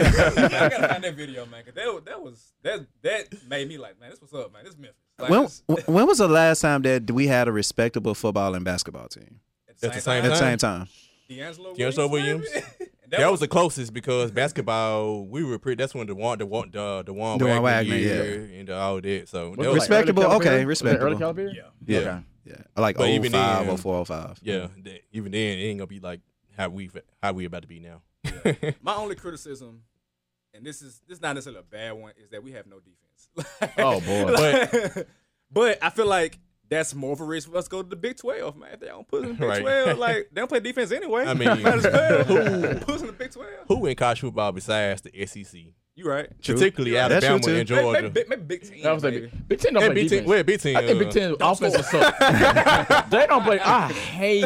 I gotta find that video, man. 'cause that, was- that was that that made me like, man, this what's up, man. This Memphis. Like,
When
this-
wh- when was the last time that we had a respectable football and basketball team
At the same
at the
time.
same time?
D'Angelo Williams.
D'Angelo Williams.
baby. And
That was the closest because basketball, we were pretty. That's when the one, the one, the the one
Dewan
Wagner,
Wagner,
year and all that. So that
it
was
like early
Respectable,
Calipari?
okay,
Was it
respectable.
Early Calipari?
Yeah.
yeah,
Okay.
Yeah, like
But
oh
even
five
then-
or four or five.
yeah. that- even then, it ain't gonna be like how we how we about to be now.
My only criticism, and this is this is not necessarily a bad one, is that we have no defense.
Oh, boy.
but, but I feel like that's more of a risk for us to go to the Big Twelve, man. If they don't put us in the Big
Right.
Twelve, like they don't play defense anyway.
I mean,
might as well
who-
put us in the Big Twelve.
Who in college football besides the SEC,
You right?
particularly
That's true,
Alabama
too.
and
Maybe,
Georgia?
maybe, maybe Big Ten.
That was
maybe.
like Big Ten don't
and
play
Big Ten,
defense.
where Big Ten?
I think Big
uh,
Ten offense suck. they don't play. I hate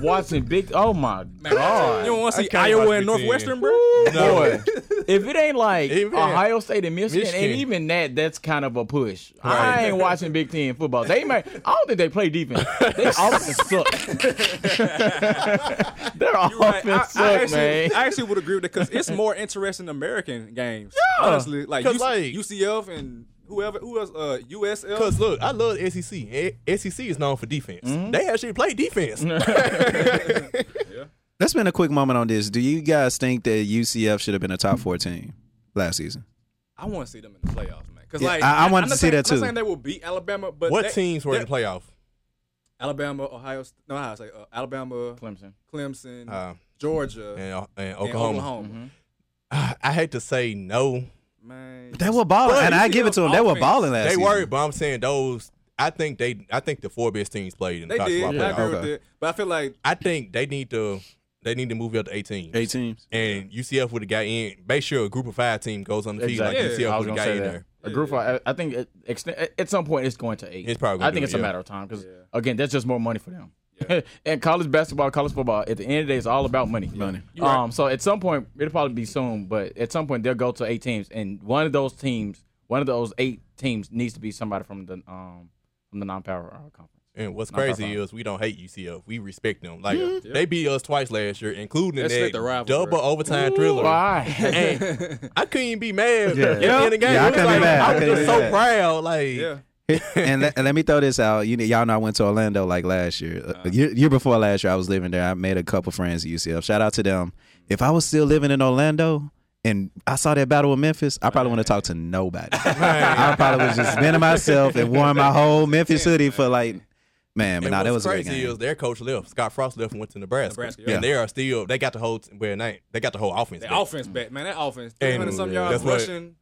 watching Big. Oh my
Man,
god!
You don't want to
I
see
can't
Iowa
watch
and
Big Ten.
Northwestern, bro?
No.
Boy, if it ain't like
Even-
Ohio State and Michigan,
Michigan.
and even that, that's kind of a push.
Right.
I ain't watching Big Ten football. They might. I don't think they play defense. Their offense suck. Their offense
You right. I,
suck,
I actually,
man.
I actually would agree with that because it's more interesting American games. Honestly, like,
'Cause,
UC,
like-
UCF and whoever, who else, uh, USL.
Cause look, I love SEC. Eh, SEC is known for defense.
Mm-hmm.
They actually play defense.
Let's spend a quick moment on this. Do you guys think that UCF should have been a top four team last season?
I want to see them in the playoffs, man. Because
Yeah,
like,
I- I wanted
I'm
to
not
see
saying-
that,
I'm
too.
not saying they will beat Alabama, but
what
they-
teams were in the
they-
playoff?
Alabama, Ohio, St- no, how I say, uh, Alabama,
Clemson.
Clemson,
Uh,
Georgia, and
and, uh, and
Oklahoma.
Oklahoma. I, I hate to say no.
Man,
They were balling,
But
and I give it to them. They were
UCF
balling last
they
season.
worried, but I'm saying those. I think they. I think the four best teams played in the
they
college
did.
football
I
playoff.
agree with
Okay.
that, but I feel like
I think they need to. They need to move up to 18.
Eight teams.
And UCF would have got in. Make sure a group of five team goes on the field
Exactly.
like
Yeah,
UCF
I was
would have
gonna
got
say
in
that.
there.
A group five. I I think it, extend- at some point it's going to eight.
It's probably gonna
I think
do
it's
it,
a
yeah.
matter of time because
Yeah.
again, that's just more money for them. and college basketball, college football, at the end of the day, it's all about money. Money. Um. So at some point, it'll probably be soon, but at some point they'll go to eight teams, and one of those teams, one of those eight teams, needs to be somebody from the um from the non-power uh, conference.
And what's
Not
crazy
five.
is we don't hate UCF. We respect them. Like they beat us twice last year, including
That's like
that
Mm-hmm. the rivalry.
double overtime thriller.
Why?
And I couldn't even be mad
Yeah.
at the end of the game.
Yeah, I
It was
couldn't be
like,
mad. I
I was
couldn't
just
be
so
mad.
proud. Like
yeah,
and, let, and let me throw this out. You know, y'all know I went to Orlando like last year, Uh,
Uh-huh.
year, year before last year. I was living there. I made a couple friends at UCF. Shout out to them. If I was still living in Orlando and I saw that battle with Memphis, I
Uh-huh.
probably wouldn't have talked to nobody. I probably was just been to myself and worn my whole Memphis hoodie for like, man. But
And
nah, that
what's
was a great
crazy
game.
is their coach left. Scott Frost left and went to Nebraska.
Nebraska,
And they are still they got the whole well, they, they got the whole offense.
the
back.
offense back, man. That offense,
And-
three hundred some
Yeah.
yards
That's what-
rushing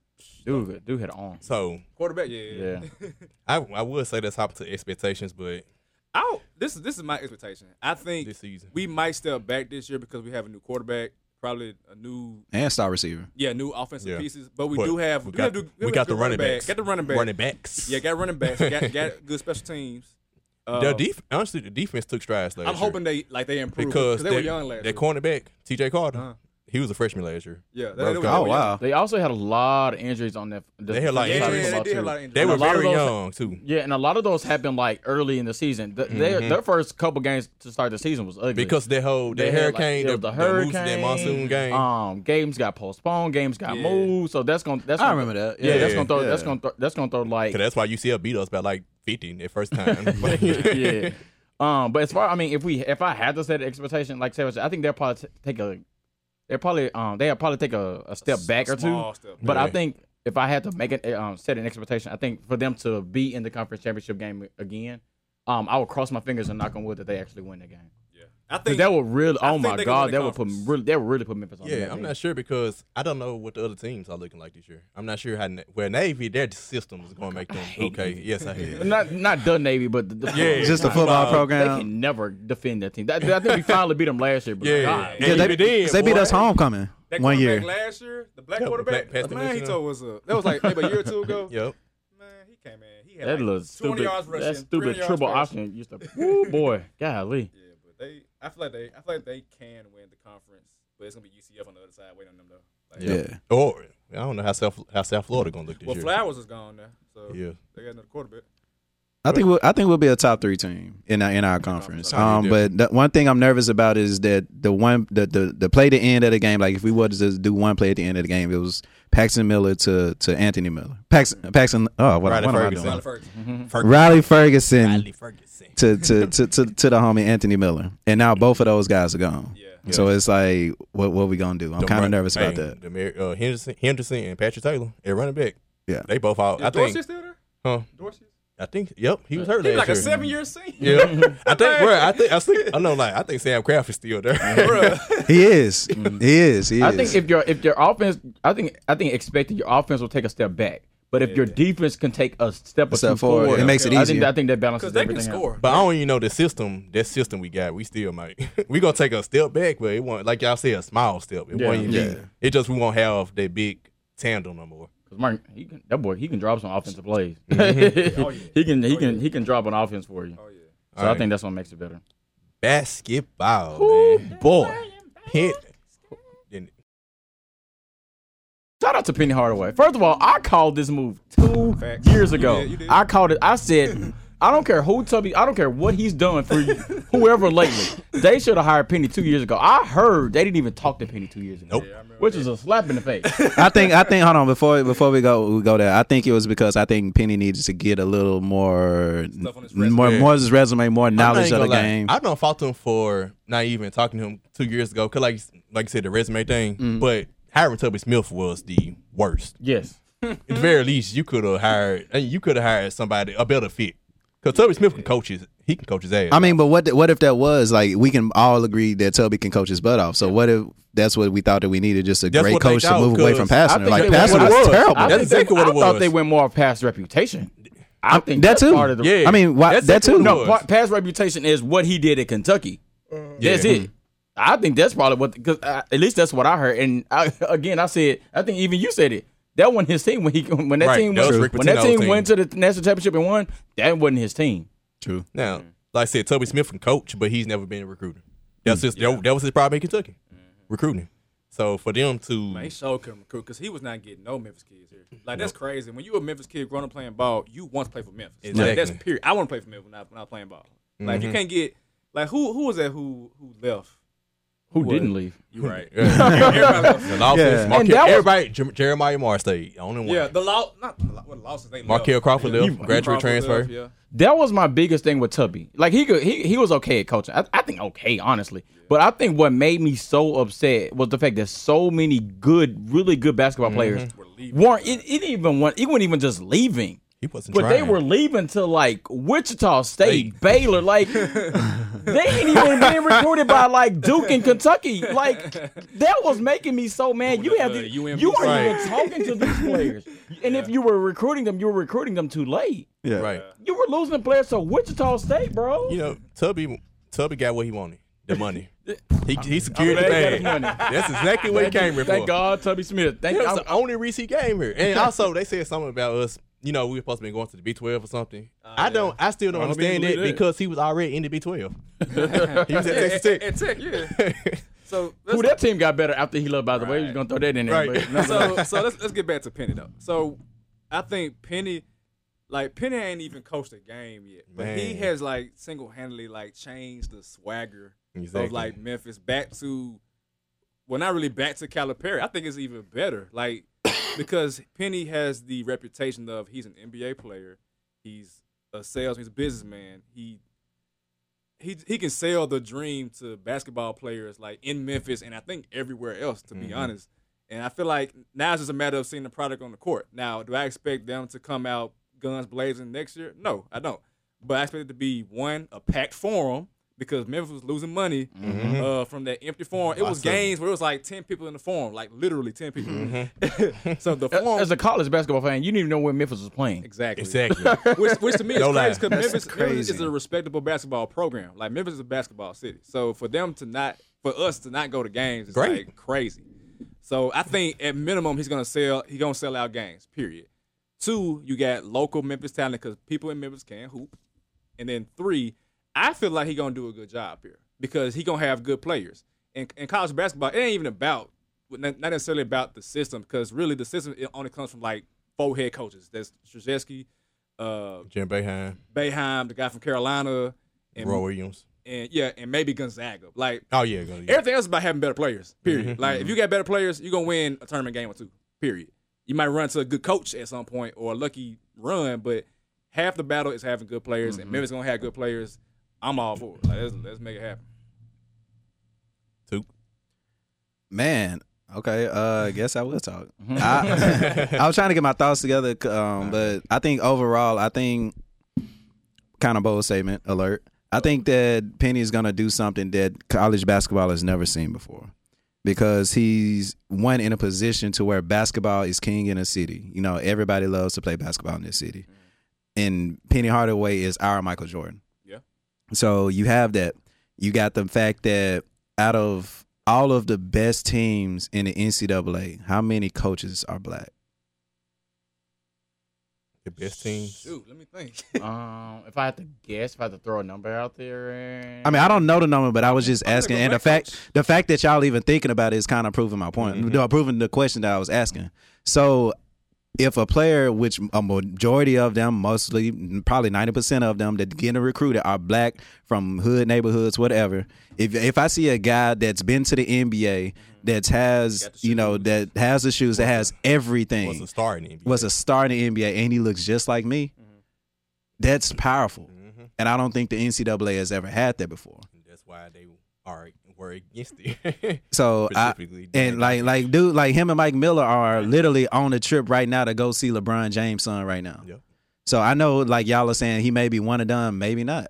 dude, dude had on.
So
quarterback. Yeah, yeah.
Yeah.
I I would say that's hop to expectations, but
I this is this is my expectation. I think
This season.
we might step back this year because we have a new quarterback, probably a new
And star receiver.
yeah new offensive
Yeah.
pieces. But we
but
do have
we
do have
got,
do-
we
have
got the
good
running
back.
backs.
Got the running back.
Running backs.
Yeah, got running backs. got, got good special teams. Uh,
the def- honestly the defense took strides last
I'm
year.
hoping they like they improve
because
they were
that-
young last
That
year.
cornerback, TJ Carter,
Uh-huh.
he was a freshman last year.
yeah, they,
Bro,
they were,
Oh
they were
wow.
They also had a lot of injuries on that.
They had a lot of
Young. Yeah,
injuries.
yeah, they did
too.
have a lot of injuries.
They
And a
were
lot of
very
those-
young too.
Yeah, and a lot of those happened like early in the season. The, their, their first couple games to start the season was ugly
Mm-hmm. Because their whole their
They had, like,
hurricane,
it
their
was the
hurricane,
hurricane,
their monsoon game.
Um, games got postponed, games got
Yeah.
moved, so that's gonna. That's
I
gonna-
remember that.
Yeah,
Yeah,
that's gonna throw.
yeah.
That's gonna. Throw, that's gonna throw like.
Cause that's why UCL beat us by like 50 in their first time.
yeah. Um, but as far I mean, if we if I had to set an expectation, like Sarah said, I think they'll probably t- take a. They'll probably um they'll probably take a, a step back or two.
small step.
But I
Yeah.
think if I had to make it um set an expectation, I think for them to be in the conference championship game again, um I would cross my fingers and knock on wood that they actually win the game.
Yeah.
I
'Cause
think
that would really.
I
Oh
think
my
they gonna
God,
win
that
the
would put
conference.
really. That would really put Memphis on. the
Yeah,
map,
I'm
yeah.
not sure because I don't know what the other teams are looking like this year. I'm not sure how Na- well Navy their system is going to make them okay. Yes, I hate it.
Not not the Navy, but the, the
Yeah.
Just the football
They
program.
can never defend that team. That, I think we finally beat them last year. But
Yeah,
God,
yeah.
Yeah, they,
Even then,
they beat
boy.
us homecoming
That
one year.
quarterback last year, the black
Yeah,
quarterback,
Pat- Pat
the man he
Connaughton.
told was uh, that was like maybe a year or two ago.
Yep.
Man, he came in. He had
that
like
little
20
stupid.
yards rushing,
that
300
stupid
yards
triple
passing.
option used to. Ooh boy, golly.
Yeah, but they, I feel like they, I feel like they can win the conference, but it's gonna be UCF on the other side waiting on them though. Like,
Yeah.
Or I don't know how South how South Florida going to look this
Well,
year.
Flowers is gone now, so
Yeah.
they got another quarterback.
I think we'll, I think we'll be a top three team in our, in our conference. Um,
yeah.
but the one thing I'm nervous about is that the one the, the the play at the end of the game. Like if we were to just do one play at the end of the game, it was Paxton Miller to to Anthony Miller. Paxton Paxton. Oh, what,
Riley
what am I
Ferguson.
doing?
Tyler Ferguson.
Riley Ferguson
Ferguson.
to, to, to, to, to the homie Anthony Miller, and now both of those guys are gone.
Yeah.
So it's like, what what we gonna do? I'm
Them
kind of
run-
nervous about
hey,
that.
the Mar- uh, Henderson, Henderson and Patrick Taylor at running back.
Yeah.
They both out. I
Is Dorsey
think.
still there?
Huh?
Dorsey?
I think. Yep. He was hurt
He's
last
like
year.
a seven-year senior.
Yeah. I think. Bro, I think. I think. I know. Like I think Sam Craft is still there.
He is.
Mm-hmm.
He is. He is.
I think if your if your offense, I think I think expected your offense will take a step back, but if your defense can take a step or
Step
two
forward,
forward,
it makes it
I think
easier.
I think that balances
Because they can
everything out.
score.
But I don't even know the system. That system we got, we still might. we gonna take a step back, but it won't. Like y'all said, a small step. It won't even
Yeah.
be. It just we won't have that big tandem no more.
'Cause Martin, he can, that boy, he can drop some offensive plays. He can he can he can drop an offense for you.
Oh yeah.
So I think that's what makes it better.
Basketball, man. boy, Hit. Then-
Shout out to Penny Hardaway. First of all, I called this move two
Facts.
years
You
ago.
did, you did.
I called it. I said, I don't care who Tubby, I don't care what he's done for you, whoever lately. They should have hired Penny two years ago. I heard they didn't even talk to Penny two years ago.
Nope.
Which is a slap in the face.
I think I think hold on before before we go we go there. I think it was because I think Penny needed to get a little more
Stuff on his resume.
more
Yeah.
more of his resume, more
I'm not
knowledge
even
of the
gonna lie.
game.
I don't fault him for not even talking to him two years ago. Cause like like you said, the resume thing. But hiring Tubby Smith was the worst.
yes.
At the very least, you could have hired and you could have hired somebody a better fit. Cause Tubby Smith can coach his he can coach his ass.
I mean, but what what if that was like we can all agree that Tubby can coach his butt off. So what if that's what we thought that we needed, just a
That's
great
what they
coach to
thought,
move away from
'cause I
Passner.
think
Like
they-
Passner
what it
was
was.
terrible.
I,
That's
think
exactly
they,
what it
I thought
was.
they went more past reputation. I think
that
that's
too.
part of the
Yeah.
I mean, why,
That's
that
exactly
too.
what it
No,
was.
pa- past reputation is what he did at Kentucky. That's
Yeah.
it. I think that's probably what, because at least that's what I heard. And I, again, I said, I think even you said it. That wasn't his team when he when that
Right,
team
that was
went-
Rick
when that
Pitino's
team,
team.
went to the national championship and won. That wasn't his team.
True.
Now, like I said, Toby Smith can coach, but he's never been a recruiter.
Mm,
That's just that, that was his problem in Kentucky, recruiting. So for them to
Man, he showed him recruit because he was not getting no Memphis kids here. Like that's crazy. When you a Memphis kid growing up playing ball, you want to play for Memphis.
Exactly. Mm-hmm.
Like, that's period. I want to play for Memphis when I, when I was playing ball. Like you can't get like who who was that who who left?
Who didn't leave?
You right?
yeah. the losses,
Yeah.
And
Markel,
that was-
everybody, Jer- Jeremiah Moore stayed, only one.
yeah, the law not the law, what losses they
Markel
left.
Crawford
Yeah,
left, graduate
Crawford
transfer.
left, yeah.
That was my biggest thing with Tubby. Like he could, he he was okay at coaching. I, I think okay, honestly. But I think what made me so upset was the fact that so many good, really good basketball
Mm-hmm.
players
leaving.
weren't. e, It, it even one. It wasn't even just leaving.
He wasn't
But
trying.
they were leaving to like Wichita State, Baylor, like they ain't even been recruited by like Duke and Kentucky. Like that was making me so mad. You
the,
have
uh,
these, you
UMBC.
aren't even
Right.
talking to these players, and if you were recruiting them, you were recruiting them too late.
Yeah.
right.
You were losing the players to Wichita State, bro.
You know, Tubby, Tubby got what he wanted, the money. He, he secured
I'm
the
glad
bag.
he got his money.
That's exactly what he came here for.
Thank God, Tubby Smith. Thank
That
God.
was the only reason he came here. And also, they said something about us. You know, we were supposed to be going to the B12 or something.
Oh,
I don't. I still don't
I don't
understand
believe
it
that.
because he was already in the B12. he was at Texas
At,
Tech.
at Tech, yeah. So
Who
let's-
that team got better after he left? By the way,
Right.
you're gonna throw that in there.
Right.
but-
so so let's let's get back to Penny though. So I think Penny, like Penny, ain't even coached a game yet, but he
Man.
has like single handedly like changed the swagger
Exactly.
of like Memphis back to, well, not really back to Calipari. I think it's even better, like because Penny has the reputation of he's an NBA player, he's a salesman, he's a businessman, he. He, he can sell the dream to basketball players like in Memphis and I think everywhere else to be honest. And I feel like now it's just a matter of seeing the product on the court. Now, do I expect them to come out guns blazing next year? No, I don't. But I expect it to be one, a packed forum because Memphis was losing money uh, from that empty forum. It was games where it was like ten people in the forum, like literally ten people. so the forum
As a college basketball fan, you didn't even know where Memphis was playing.
exactly
Exactly.
which, which to me is
No lie.
crazy
That's
because Memphis, Memphis is
crazy.
a respectable basketball program. Like Memphis is a basketball city, so for them to not, for us to not go to games, is
Great.
like crazy. So I think at minimum he's gonna sell. He's gonna sell out games. Period. Two, you got local Memphis talent because people in Memphis can hoop, and then three, I feel like he gonna do a good job here because he gonna have good players. In, in college basketball, it ain't even about not not necessarily about the system because really the system it only comes from like four head coaches. That's Krzyzewski, uh,
Jim Beheim,
Boeheim, the guy from Carolina, and,
Roy Williams.
and yeah, and maybe Gonzaga. Like
Oh yeah, go yeah.
everything else is about having better players. Period. Like if you got better players, you're gonna win a tournament game or two. Period. You might run to a good coach at some point or a lucky run, but half the battle is having good players, and Memphis gonna have good players. I'm all for it. Like, let's, let's make it happen.
Two.
Man, okay. Uh, I guess I will talk. I, I was trying to get my thoughts together, c- um, but I think overall, I think kind of bold statement alert. I think that Penny is gonna do something that college basketball has never seen before, because he's one in a position to where basketball is king in a city. You know, everybody loves to play basketball in this city, and Penny Hardaway is our Michael Jordan.
Yeah.
So you have that. You got the fact that out of all of the best teams in the NCAA, how many coaches are black?
The best team.
Dude, let me think.
um, if I had to guess, if I had to throw a number out there, eh,
I mean, I don't know the number, but I was just
gonna
asking.
go
And the
black
fact
coach. Mm-hmm.
the fact that y'all even thinking about it is kind of proving my point, no, proving the question that I was asking. So, if a player, which a majority of them, mostly probably ninety percent of them that getting recruited are black from hood neighborhoods, whatever. If if I see a guy that's been to the NBA,
Mm-hmm.
that has you know that has the shoes, that has everything,
Was a star in the NBA.
was a star in the NBA and he looks just like me, that's powerful. And I don't think the NCAA has ever had that before.
That's why they are were against it.
So I
Specifically,
and
Dwayne
like
Wade.
like dude, like him and Mike Miller are literally on a trip right now to go see LeBron James' son right now.
Yep.
So I know like y'all are saying he may be one and done, maybe not.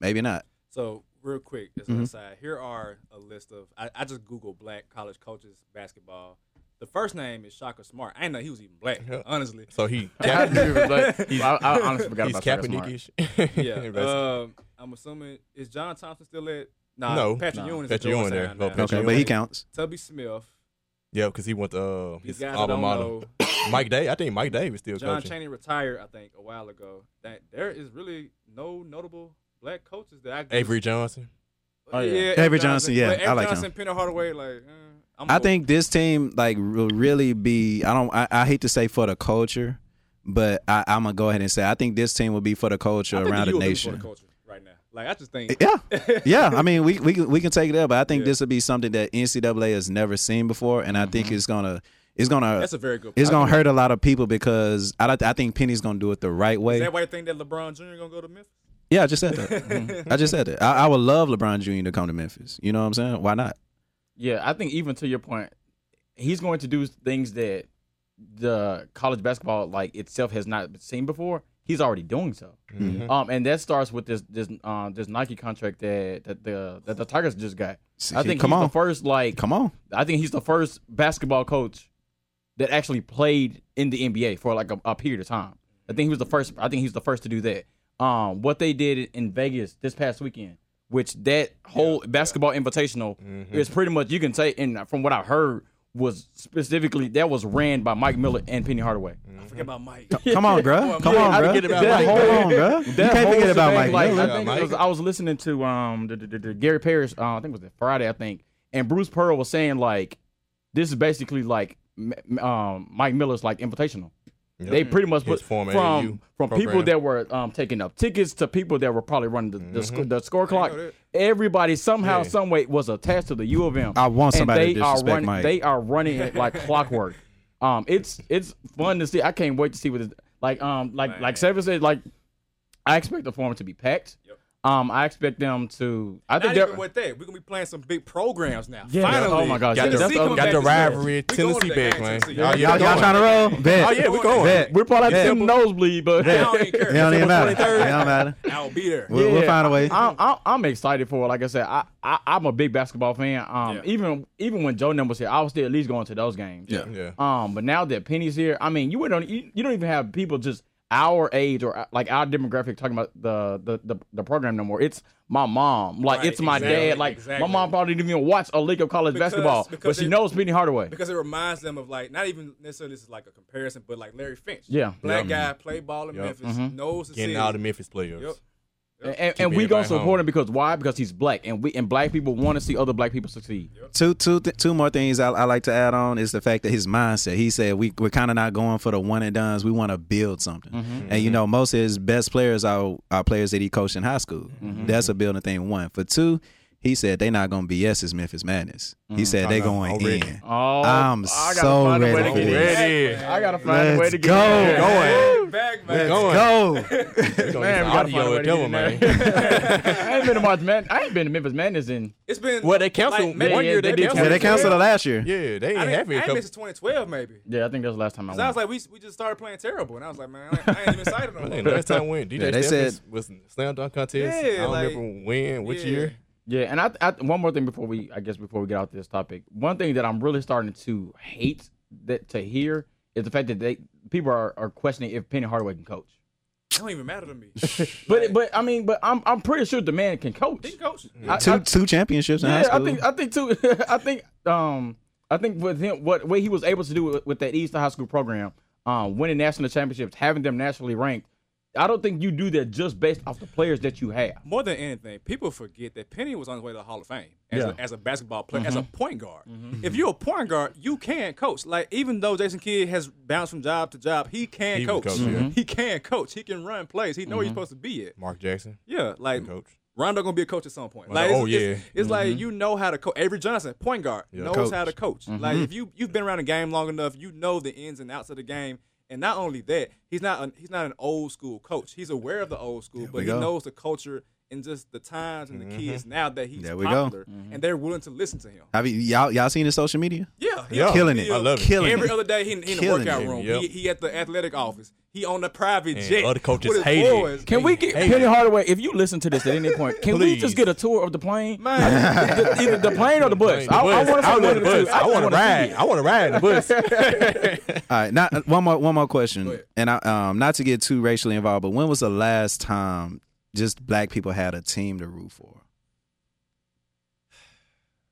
Maybe not.
So real quick, just on the side, here are a list of I, I just Googled black college coaches basketball. The first name is Shaka Smart. I didn't know he was even black, honestly.
so he
I,
Cap-
I, I honestly forgot
he's
about Shaka Smart.
Kaepernickish.
Yeah.
That's-
um, I'm assuming is John Thompson still at nah,
No.
Patrick
Nah.
Ewing is
Patrick
at
Ewing
Georgetown
there. Go
now.
Patrick
Okay,
Ewing.
but he counts.
Tubby Smith.
yeah, because he went to uh,
These
his
guys I
alma
don't
mater.
know.
Mike Day. I think Mike Day was still
John
coaching.
Chaney retired, I think, a while ago. That there is really no notable black coaches that I
Avery Johnson.
Oh,
yeah.
Avery Johnson, yeah,
But Avery
I like him.
Johnson, Penner Hardaway, like eh, I'm
I
old.
think this team like will really be I don't I, I hate to say for the culture, but I, I'm gonna go ahead and say I think this team will be for the culture
I think
around the
U of M is for
nation.
culture right now. Like I just think
Yeah, yeah. I mean, we we can- we can take it up, but I think
Yeah.
this will be something that NCAA has never seen before, and I
Mm-hmm.
think it's gonna it's gonna
that's a very good.
it's
point.
gonna hurt a lot of people because I don't- I think Penny's gonna do it the right
Is
way.
that why you think that LeBron Jr. gonna go to Memphis?
Yeah, I just said that. Mm-hmm. I just said that. I, I would love LeBron Jr. to come to Memphis. You know what I'm saying? Why not?
Yeah, I think even to your point, he's going to do things that the college basketball like itself has not seen before. He's already doing so, um, and that starts with this this um, this Nike contract that that the that the Tigers just got. I think
Come
he's
on.
the first like
Come on.
I think he's the first basketball coach that actually played in the NBA for like a, a period of time. I think he was the first. I think he's the first to do that. Um, what they did in Vegas this past weekend, which that whole basketball invitational is pretty much you can say, and from what I heard was specifically that was ran by Mike Miller and Penny Hardaway.
I forget about Mike.
Come on, bro. Come
yeah,
on,
I
bro.
forget about
Come
Mike.
on, bro. You
That
can't
whole
forget about Mike
shebang, like,
Miller.
I, think it was, I was listening to um the, the, the, the Gary Parrish. Uh, I think it was Friday. I think, and Bruce Pearl was saying like, this is basically like m- m- um Mike Miller's like invitational. They pretty much
His
put from
former AAU
from people
program.
that were um taking up tickets to people that were probably running the the,
Mm-hmm.
sc- the score clock. Everybody somehow, some way was attached to the U of M.
I want
And
somebody to
they are
disrespect
running-
Mike.
They are running it like clockwork. Um, it's it's fun to see. I can't wait to see what it's like. Um, like like Seven said, like I expect the forum to be packed. Um, I expect them to. I
Not
think
even
they're.
with that, we're gonna be playing some big programs now.
Yeah.
Finally,
Oh my gosh,
Got,
yeah,
the,
that's
Tennessee
the-
coming
got
back
the
this month.
rivalry.
We going
Tennessee
to
back,
that
man.
Tennessee.
Y'all,
Y'all, y'all trying to roll? Bet.
Oh yeah, we going.
Bet.
We're probably
Yeah.
yeah. nosebleed, but
I don't even
It
care.
don't even matter. It
December
don't
23rd,
matter.
I'll be there.
We'll, we'll find a way.
I'm, I'm, I'm excited for it. Like I said, I, I I'm a big basketball fan. Um,
Yeah.
even even when Joe Number was here, I was still at least going to those games.
Yeah.
Yeah.
Um, but now that Penny's here, I mean, you wouldn't you, you don't even have people just our age or uh, like our demographic talking about the the the, the program no more. It's my mom, like
Right,
it's my
exactly,
dad, like
exactly.
my mom probably didn't even watch a league of college
Because-
basketball, but
because
she
it-
knows Penny Hardaway.
because it reminds them of like not even necessarily this is like a comparison, but like Larry Finch.
Yeah.
black guy play ball in
Yep.
Memphis, knows the
Getting
city.
all the Memphis players.
Yep.
And, and, and we
everybody
gonna support
home.
him because why? Because he's black, and we and black people want to see other black people succeed.
Two, two, th- two more things I, I like to add on is the fact that his mindset. He said we we're kind of not going for the one and duns. We want to build something.
Mm-hmm.
And you know, most of his best players are are players that he coached in high school.
Mm-hmm.
That's a building thing. One for two, he said they not going to BS his Memphis Madness.
Mm-hmm.
He said they going
already.
in.
Oh, I
I'm
gotta
so
find a way
ready
Oh,
to
for
get
Already.
this.
I gotta find a way
Let's
to get
go.
in.
Going.
Back,
Let's
man.
go.
Go.
It's gonna be
Man,
some
we gotta find a
audio
way to
devil, man.
get in there. I ain't been to March Man. I ain't been to Memphis Madness in.
It's been
Well, they canceled
like, maybe-
one
yeah,
year. They,
they did
canceled.
yeah, they canceled it last year.
Yeah, they ain't
I
have
didn't,
it. a
I
couple-
missed 2012 maybe.
Yeah, I think that's the last time I
Cause I was
went.
like, we we just started playing terrible, and I was like, man, I, I ain't even excited no
I
more.
think last time when DJ
Yeah, they
Stevens
said-
was in the slam dunk contest. I
Yeah,
don't
like-
remember when, which
Yeah.
year.
Yeah, and I, I one more thing before we, I guess, before we get out this topic, one thing that I'm really starting to hate that to hear is the fact that they people are, are questioning if Penny Hardaway can coach.
It don't even matter to me.
But but I mean, but I'm I'm pretty sure the man can coach.
He coach.
I-
Two
I-
two championships in
yeah,
high
I
school.
think I think too. I think um I think with him what what he was able to do with, with that Eastern High School program, um, winning national championships, having them nationally ranked. I don't think you do that just based off the players that you have.
More than anything, people forget that Penny was on his way to the Hall of Fame as,
Yeah.
a, as a basketball player, as a point guard. If you're a point guard, you can coach. Like even though Jason Kidd has bounced from job to job, he can
He was
coach.
coaching, yeah.
He can coach. He can run plays. He know where he's supposed to be at.
Mark Jackson,
Yeah, like
coach.
Rondo gonna be a coach at some point.
Well,
Like,
oh,
it's, it's-
yeah.
it's like you know how to coach. Avery Johnson, point guard, knows
Coach.
how to coach.
Mm-hmm.
Like if you you've been around the game long enough, you know the ins and outs of the game. And not only that, he's not an, he's not an old school coach. He's aware of the old school, but
we
he
go.
knows the culture and just the times and the
Mm-hmm.
kids now that he's
There we go.
popular, and they're willing to listen to him.
Have you y'all y'all seen his social media?
Yeah, he
Yeah.
on the
Killing it.
field.
I love it.
Killing
Every
it.
other day, he, he in the
Killing
workout
it.
room.
Yep.
He, he at the athletic office. He on the private
And
jet.
other coaches
with his
hate it.
boys.
Can we get
Hey,
Penny
man.
Hardaway? If you listen to this at any point, can we
Please.
just get a tour of the plane?
Man,
The- either the plane or the bus. I, I want to
I want
see one
to
of the two.
I want to ride. I want to ride in the bus.
All right, not uh, one more one more question, and I, um, not to get too racially involved, but when was the last time just black people had a team to root for?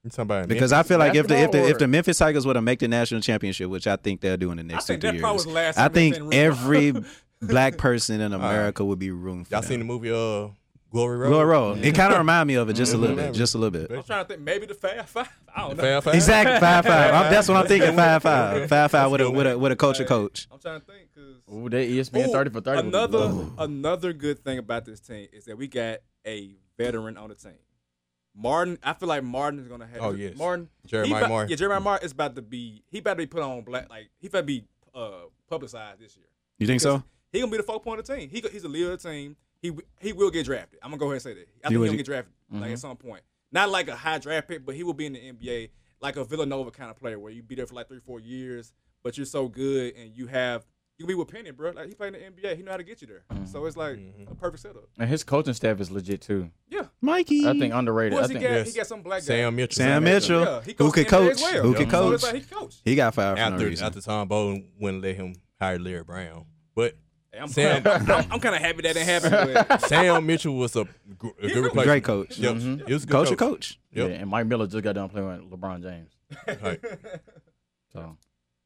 You talking about
Because I feel like if the if the if the
Basketball or-
Memphis Tigers were to make the national championship, which I think they'll do in the next two
think
three
that
years,
probably was the last
I
time
think
they've been rooting for-
every black person in America would be rooting for.
y'all
them.
seen the movie uh Glory Road?
Glory Roll. It kind of remind me of it just a little bit,
Mhm.
just a little bit.
I'm trying to think. Maybe the Fab Five. I don't know.
Fab Five?
Exactly five five. I'm, that's what I'm thinking. Five five. Five five with a with a with a culture coach.
I'm trying to think because
Ooh, that E ESPN thirty for thirty. would be
Another
lovely.
another good thing about this team is that we got a veteran on the team. Martin, I feel like Martin is gonna have.
Oh, yes.
Martin.
Jeremiah
he about-
Martin.
Yeah, Jeremiah Martin is about to be. He about to be put on black. Like he about to be uh, publicized this year.
You think so?
He gonna be the focal point of the team. He go- he's the leader of the team. He w- he will get drafted. I'm gonna go ahead and say that. I think
would-
he'll get drafted
Mm-hmm.
like at some point. Not like a high draft pick, but he will be in the NBA like a Villanova kind of player where you be there for like three four years, but you're so good and you have you be with Penny, bro. Like he played in the NBA, he know how to get you there.
Mm-hmm.
So it's like a perfect setup.
and his coaching staff is legit too.
Yeah.
Mikey.
I think underrated.
Who
I
else he
think
got?
Yes.
He got some black guy.
Sam Mitchell.
Sam Mitchell,
Yeah, he
who
coached
could
the NBA
coach,
as well.
who could
So
coach.
it's like he coached.
He got fired for no
After
reason.
after Tom Bowden wouldn't let him hire Larry Brown, but
Hey, I'm,
Sam-
kinda, I'm, I'm kind of happy that didn't happen. But
Sam Mitchell was a, gr- a good replacement.
Great coach.
Yep. He was a good
Culture coach.
Yep.
Yeah, and Mike Miller just got done playing with LeBron James.
Right.
So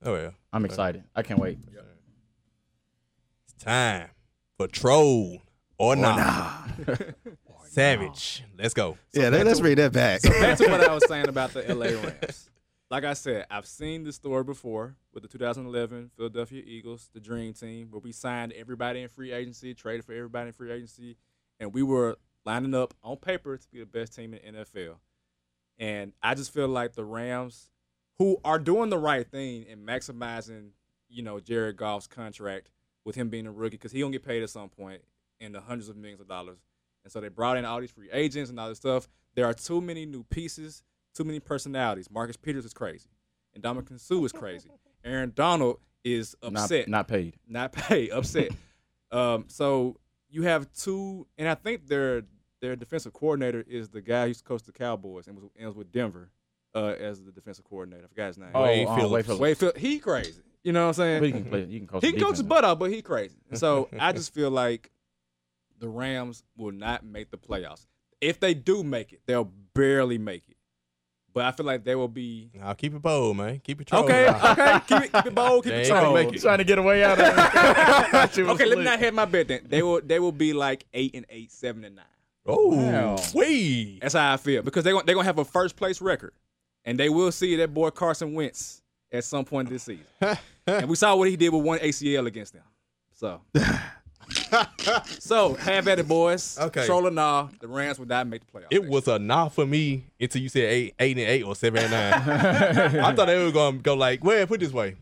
Oh yeah.
I'm excited. I can't wait.
It's time for troll or not. Savage. Let's go.
Yeah, let, us read that back.
back to what I was saying about the LA Rams. Like I said, I've seen this story before with the 2011 Philadelphia Eagles, the dream team, where we signed everybody in free agency, traded for everybody in free agency, and we were lining up on paper to be the best team in the NFL. And I just feel like the Rams, who are doing the right thing and maximizing, you know, Jared Goff's contract with him being a rookie, because he gonna get paid at some point in the hundreds of millions of dollars. And so they brought in all these free agents and all this stuff. There are too many new pieces, too many personalities. Marcus Peters is crazy. And Dominican Sue is crazy. Aaron Donald is
Not,
upset
not paid.
not pay, upset. um, so you have two, and I think their their defensive coordinator is the guy who used to coach the Cowboys and was, and was with Denver uh, as the defensive coordinator. I forgot his name.
Oh,
Wade
oh,
Phillips.
Wade Phillips.
Wait, Phil, he crazy. You know what I'm saying?
But he can play. You can coach.
He
the
can coach his
defense.
butt off, but he crazy. And so I just feel like the Rams will not make the playoffs. If they do make it, they'll barely make it. But I feel like they will be
Now keep it bold, man. Keep it trolling.
okay. Okay, keep it, keep it bold, keep
Oh, They
it
ain't gonna
strong.
make it. Trying
to get away out of it.
Okay, let me not hit my bet then. They will they will be like eight and eight, seven and nine.
Oh,
Wow.
wee.
That's how I feel because they gon- they gonna have a first place record, and they will see that boy Carson Wentz at some point this season. and we saw what he did with one ACL against them. So, so have at it, boys.
Okay.
Troll or nah, the Rams would not make the playoffs.
It was a nah for me until you said eight, eight and eight or seven and nine. I thought they were gonna go like, well, put it this way,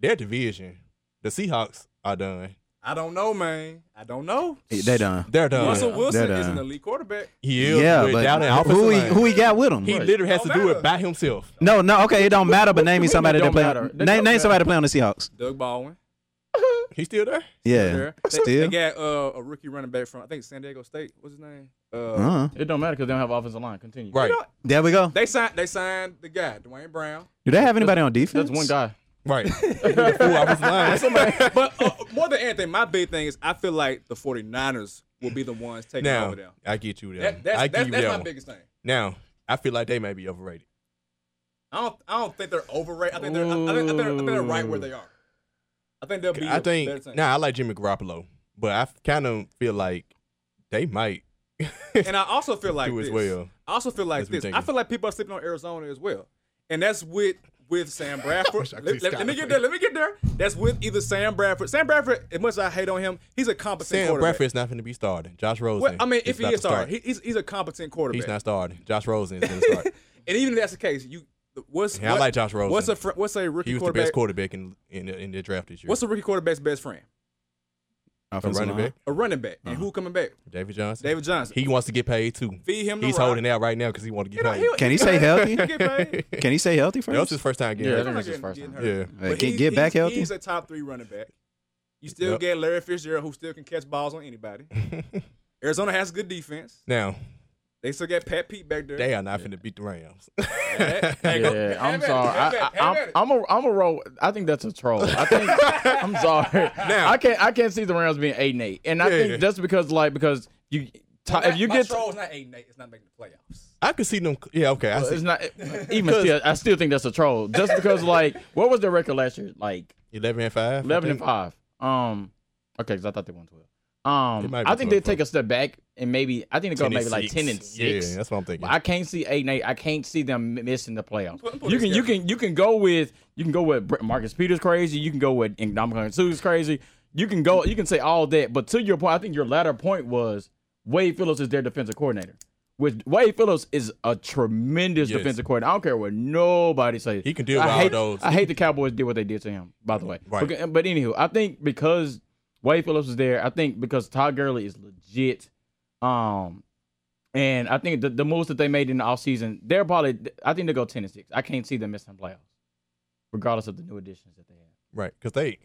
their division, the Seahawks are done.
I don't know, man. I don't know.
They done.
They're done.
Russell Wilson
They're
is an
uh,
done.
elite quarterback.
He is
Yeah,
with down in
but
offensive
who he,
line.
who he got with him?
He literally has to do
matter.
it by himself.
No, no, okay, it don't matter. But name me
mean
somebody
it
that
don't
play.
matter? That don't
Name name
matter.
somebody to play on the Seahawks.
Doug Baldwin.
He's still there.
Yeah,
there. They-
still.
They, got uh, a rookie running back from I think San Diego State. What's his name? Uh,
Uh-huh.
It don't matter because they don't have offensive line. Continue.
Right.
There we go.
They signed. They signed the guy, Dwayne Brown.
Do they have anybody on defense?
That's one guy.
Right. Fool, I was lying.
But uh, more than anything, my big thing is I feel like the 49ers will be the ones taking
now,
over them.
I get you there.
That, that's
I
that's,
give you
that's
that
my
one.
biggest thing.
Now, I feel like they may be overrated.
I don't I don't think they're overrated. I think they're I think, I think they're, I think they're right where they are. I think they'll be.
I
a better
think
team.
now I like Jimmy Garoppolo, but I kind of feel like they might.
and I also feel like
do as
this.
well.
I also feel like
That's what
this.
I'm
I
thinking.
feel like people are sleeping on Arizona as well, and that's with with Sam Bradford.
I could
let,
see
let- let me
Skylar
get there. Let me get there. That's with either Sam Bradford. Sam Bradford. As much as I hate on him, he's a competent
Sam
quarterback.
Bradford's not going to be starting. Josh Rosen.
Well, I mean, if he
about
is
to start.
starting, he, he's he's a competent quarterback.
he's not starting. Josh Rosen is going to start.
And even if that's the case, you what's
Yeah, I
what-
like Josh Rosen.
What's a fr- what's a rookie
he was the
quarterback?
best quarterback in in the, in the draft this year.
What's a rookie quarterback's best friend?
a running back?
A running back. And
Uh-huh.
who coming back?
David Johnson.
David Johnson.
He wants to get paid too.
Feed him the
He's
rock.
holding out right now because he want to
You
get
know,
paid.
he'll-
Can he stay healthy?
he'll get paid.
Can he stay healthy
that was
first?
his first time
Yeah,
getting
I
hurt.
think
He's
it's his
not
first
getting-
time.
getting hurt.
Yeah.
Hey,
But
get-
he's-
get back
he's-
healthy.
He's a top three running back. You still
Yep.
get Larry Fitzgerald, who still can catch balls on anybody. Arizona has good defense.
Now
They still got Pat Pete back there.
they are not finna beat the Rams.
Hey, go-
Yeah,
have
I'm
at it,
sorry.
have at it,
I,
have
I,
at it.
I'm, I'm a I'm a roll. I think that's a troll. I think I'm sorry.
Now-
I can't I can't see the Rams being eight and eight, and I
Yeah.
think that's because like because you
Well,
if you
my
get
troll's not eight and eight. It's not making the playoffs.
I could see them. Yeah, okay. I
it's
see
not even still I still think that's a troll just because like what was their record last year like
eleven and five. I
eleven and
think.
five um okay because I thought they won twelve
They
um
might
I
be
think they
12,
take a step back and maybe I think they go
10 and
maybe like
six.
ten and six
Yeah, that's what I'm thinking.
But I can't see eight and eight. I can't see them m- missing the playoffs.
Put- put
You
it
can you
together.
can you can go with you can go with Br- Marcus Peters crazy. You can go with Indomitian Sue's crazy. You can go you can say all that. But to your point, I think your latter point was Wade Phillips is their defensive coordinator. Which Wade Phillips is a tremendous
Yes.
defensive coordinator. I don't care what nobody says.
He can deal
I
with all
hate-
those.
I hate the Cowboys did what they did to him. By the way,
Right.
But, but anywho, I think because Wade Phillips is there, I think because Todd Gurley is legit. Um, and I think the, the moves that they made in the offseason, they're probably I think they'll go ten and six. I can't see them missing playoffs. Regardless of the new additions that they have.
Right, because they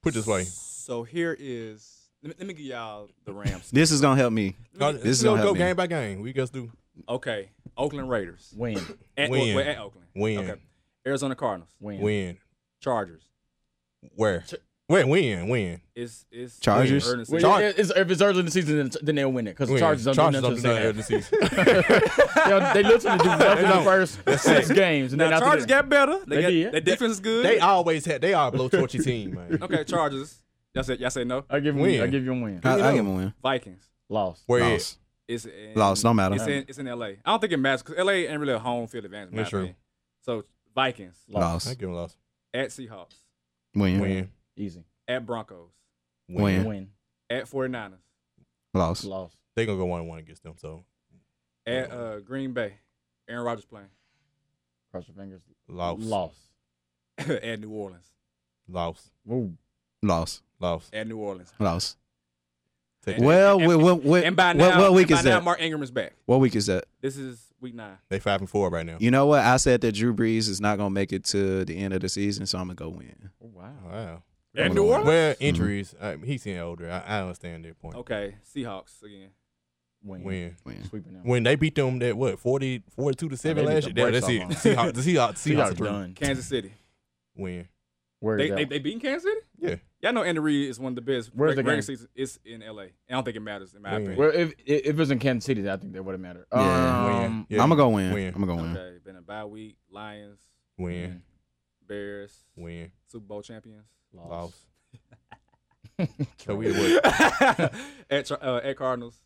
put it this way.
So here is. Let me, let me give y'all the Rams.
This is gonna help me.
No,
This is
go,
gonna
go
help me.
game by game. We just do
Okay, Oakland Raiders.
Win.
At,
Win.
well, at Oakland.
Win.
Okay. Arizona Cardinals.
Win.
win.
Chargers.
Where? Where? Win. Win.
It's it's
Chargers.
Ernest-
Well,
Char-
yeah, it's- if it's early in the season, then, then they'll win it because the
win.
Chargers don't
Chargers
do nothing
don't do
to the
nothing
second
of the season.
half. They, they literally do nothing the first six games, and
Now
then after
Chargers
that-
got better. They,
They
got,
did.
Their defense is good.
They always had. They are a blowtorchy team, man.
okay, Chargers. Y'all say y'all say no.
I give you, I
Win.
give you a win.
I, I give him a win.
Vikings.
Lost.
Where
Lost.
is?
It's in,
Lost, no matter.
It's in, it's in L.A. I don't think it matters because L.A. ain't really a home field advantage. in my
That's true.
opinion. So Vikings
I
Lost.
give them a loss.
at Seahawks,
Win.
Win.
Easy.
at Broncos,
Win.
Win.
at 49ers,
Lost.
Lost.
They gonna go one and one against them. So
at uh, Green Bay. Aaron Rodgers playing
Cross your fingers.
loss.
Lost.
at New Orleans.
Loss.
Woo.
Lost.
Loss.
At New Orleans.
Lost.
Technically.
Well,
And-
we, we, we,
and by
what-
now,
what, week
and by
is
now
that?
Mark Ingram is back.
what week is that?
This is week nine.
They five and four right now.
You know what? I said that Drew Brees is not gonna make it to the end of the season, so I'm gonna go win.
Oh,
Oh, Wow. Well,
And New Orleans?
Well, injuries. I mean, he's getting older. I, I understand their point.
Okay, Seahawks again.
When
Win.
Sweeping them.
when they beat them that what 40, 42 to seven
they beat
last
the
year. That, that's it.
brakes off
Seahawks. The Seahawks. Seahawks are
Seahawks
through.
done.
Kansas City.
Win.
Where
They,
is that
they
one?
they beating Kansas City.
Yeah.
Y'all know Andy Reid is one of the best.
Where's the
regular
game?
season. It's in L.A. I don't think it matters in my
Win.
opinion.
Well, if if if it was in Kansas City, I think that would have mattered.
Yeah.
Win.
Um,
Yeah.
I'm gonna go win.
Win.
I'm gonna go win.
Okay, been a bye week. Lions,
Win.
Bears,
Win.
Super Bowl champions.
Loss. so we what?
at Char- uh, at Cardinals.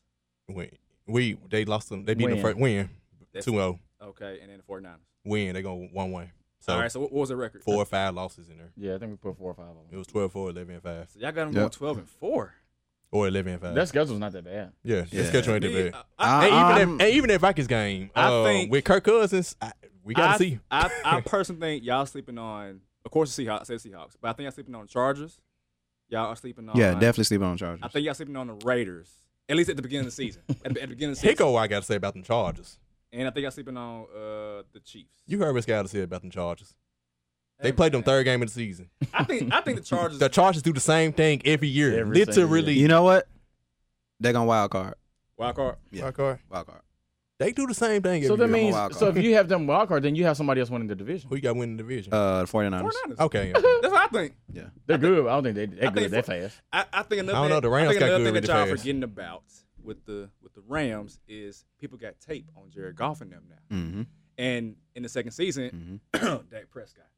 Win. We they lost them. They beat
Win.
them first. Win.
That's-
2-0.
Okay, and then the 49ers.
Win. They go one one. So
All right, so what, what was the record?
four or five losses in there.
yeah, I think we put four or five of
It
them.
was 12-4, 11-5.
So y'all got them
Yep.
going 12 and 4.
or 11 5.
That schedule's not that bad.
yeah, yeah.
Yeah.
that's catching right there, bro.
I,
And
I-
even,
I'm-
if, and even if Vikings game,
I
uh,
think-
with Kirk Cousins, I, we gotta
I-
see.
I, I personally think y'all sleeping on, of course, the Seahawks, I said Seahawks, but I think y'all sleeping on the Chargers. Y'all are sleeping on.
Yeah, definitely sleep on Chargers.
I think y'all sleeping on the Raiders, at least at the beginning of the season. at, the, at the beginning of the season.
Hicko, I gotta say about them Chargers.
And I think y'all sleeping on uh, the Chiefs.
You heard what Scott said about them Chargers. They
Hey,
played them
man.
third game of the season.
I think I think the Chargers.
The Chargers do the same thing every year.
Every single
Literally.
You know what? They're gonna wild card.
wild card.
Yeah.
Wild card.
Wild card.
They do the same thing every
So that
year.
means
wild
so
card.
if you have them wild card, then you have somebody else winning the division.
Who you got winning the division?
Uh, the 49ers.
49ers.
okay.
That's what I think.
Yeah.
They're good. I don't think they they're
I think
good that
for-
fast.
I, I think another.
I don't know, the
thing-
Rams
think
got good
another thing
with
that
the
y'all
pass.
forgetting about with the with the Rams is people got tape on Jared Goff and them now,
Mm-hmm.
and in the second season,
Mm-hmm.
Dak Prescott.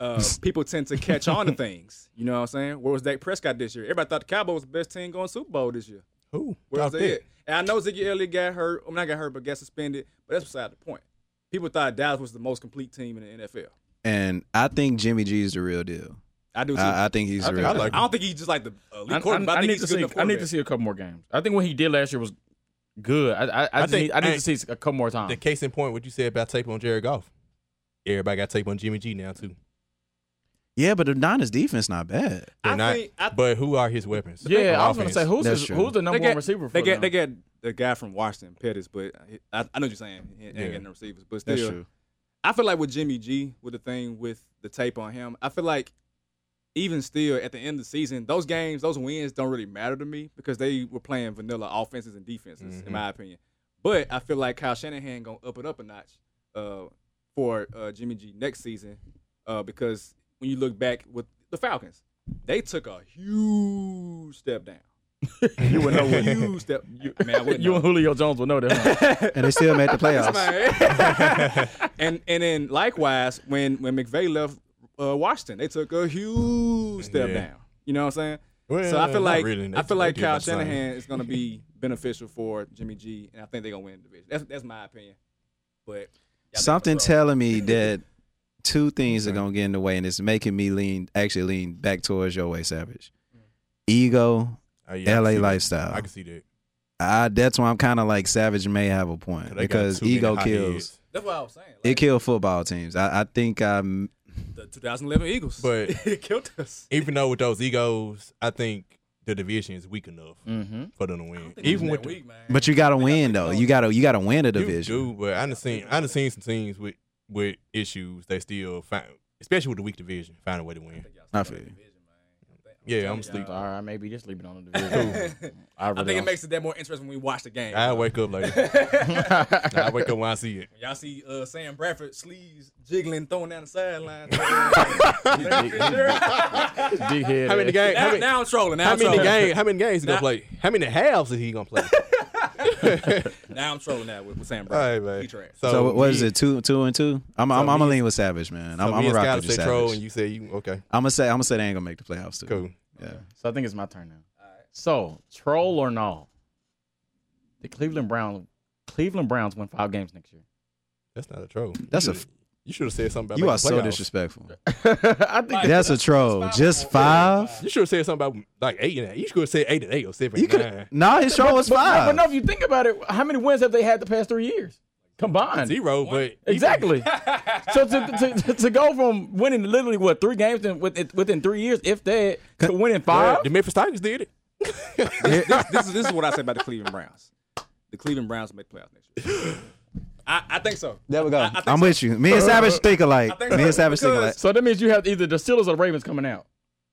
Uh, people tend to catch on to things. You know what I'm saying? Where was Dak Prescott this year? Everybody thought the Cowboys was the best team going to Super Bowl this year.
Who?
Where was
Talk
they
that.
at? And I know Ziggy Elliott got hurt. I mean, not got hurt, but got suspended. But that's beside the point. People thought Dallas was the most complete team in the NFL.
And I think Jimmy G is the real deal.
I do too.
I, I think he's the
think
real.
I
deal.
like
I don't think he's just like the elite
I,
quarterback. I,
I
think
need
he's
to
a good
see.
enough
I need
quarterback.
to see a couple more games. I think what he did last year was good. I I, I, just
think-
need, I need
hey,
to see a couple more times.
The case in point, what you said about tape on Jared Goff. Everybody got tape on Jimmy G now too.
Yeah, but the Niners defense not bad.
They're
I
not,
think- I-
but who are his weapons?
yeah,
On
I was going to
offense.
say who's
That's
his,
true.
who's the number
they got,
one receiver for
They
them?
got they got the guy from Washington, Pettis, but I, I know what you're saying. He ain't
Yeah.
getting no receivers, but
That's
still,
true.
I feel like with Jimmy G, with the thing with the tape on him, I feel like even still at the end of the season, those games, those wins don't really matter to me because they were playing vanilla offenses and defenses, in my opinion. But I feel like Kyle Shanahan gonna up it up a notch uh, for uh, Jimmy G next season uh, because when you look back with the Falcons, they took a huge step down. you would know when you step. You, man, I wouldn't
you
know.
and Julio Jones will know that. huh?
And they still made the playoffs.
Man. and and then likewise, when when McVay left uh, Washington, they took a huge step
Yeah.
down. You know what I'm saying?
Well,
so I feel
not
like
really.
I
That's-
feel like
they did
Kyle
the same.
Shanahan is going to be beneficial for Jimmy G, and I think they're going to win the division. That's that's my opinion. But y'all
Something
think I'm
telling me that two things are gonna get in the way, and it's making me lean, actually lean back towards your way, Savage.
Mm.
Ego,
Oh, yeah, I can
LA
see that.
lifestyle.
I can see that.
I, that's why I'm kind of like Savage may have a point
They got
because
too many
ego
hot
kills.
heads.
That's what I was saying.
It
Like,
killed football teams. I, I think um, I'm.
the 2011 Eagles,
But-
it killed us.
Even though with those egos, I think the division is weak enough
Mm-hmm.
for them to win. Even with the-
week, man.
But you gotta win though. You gotta you gotta win a
you
division.
do, but I done seen I done seen some teams with with issues they still find, especially with the weak division, find a way to win.
I feel you.
Yeah, I'm sleep.
All right, maybe just leaving on the division. I, really
I think it
don't-
makes it that more interesting when we watch the game.
I wake up later. I wake up when I see it.
Y'all see uh, Sam Bradford sleeves jiggling, throwing down the sideline. now,
Big head.
How many games? How many,
now I'm trolling. Now
how
I'm
many
trolling.
games? How many games he gonna
Nah.
play? How many halves is he gonna play?
Now I'm trolling that with, with Sam
All right,
Bradford.
man.
He trash.
So what what is
me-
it? Two two and two. I'm I'm,
So
I'm gonna
me-
lean with Savage, man. I'm
so
I'm
me and
gonna rock
Skylar
with you,
say troll, and
Savage.
you say you okay,
I'm gonna say I'm gonna say they ain't gonna make the playoffs too.
cool.
Yeah.
So I think it's my turn now. So troll or no, the Cleveland Browns, Cleveland Browns win five games next year.
That's not a troll.
That's a
You should've- You should have said something about.
You
making
are so
playoffs.
disrespectful.
I think
That's a troll. Just five.
You should have said something about like eight and eight. You should have said eight and eight or seven.
You
and
could.
nine.
No, his troll was
But-
five.
But no, if you think about it, how many wins have they had the past three years combined?
zero, but
Exactly. so to, to, to go from winning literally what three games in, within, within three years, if that, to winning
Yeah,
five,
the Memphis Tigers did it.
this, this, this is this is what I say about the Cleveland Browns. The Cleveland Browns make playoffs next year. I, I think so.
There we go.
I, I think
I'm
so.
with you. Me and Savage think alike.
think
Me and
so,
Savage think alike.
because-
So that means you have either the Steelers or the Ravens coming out.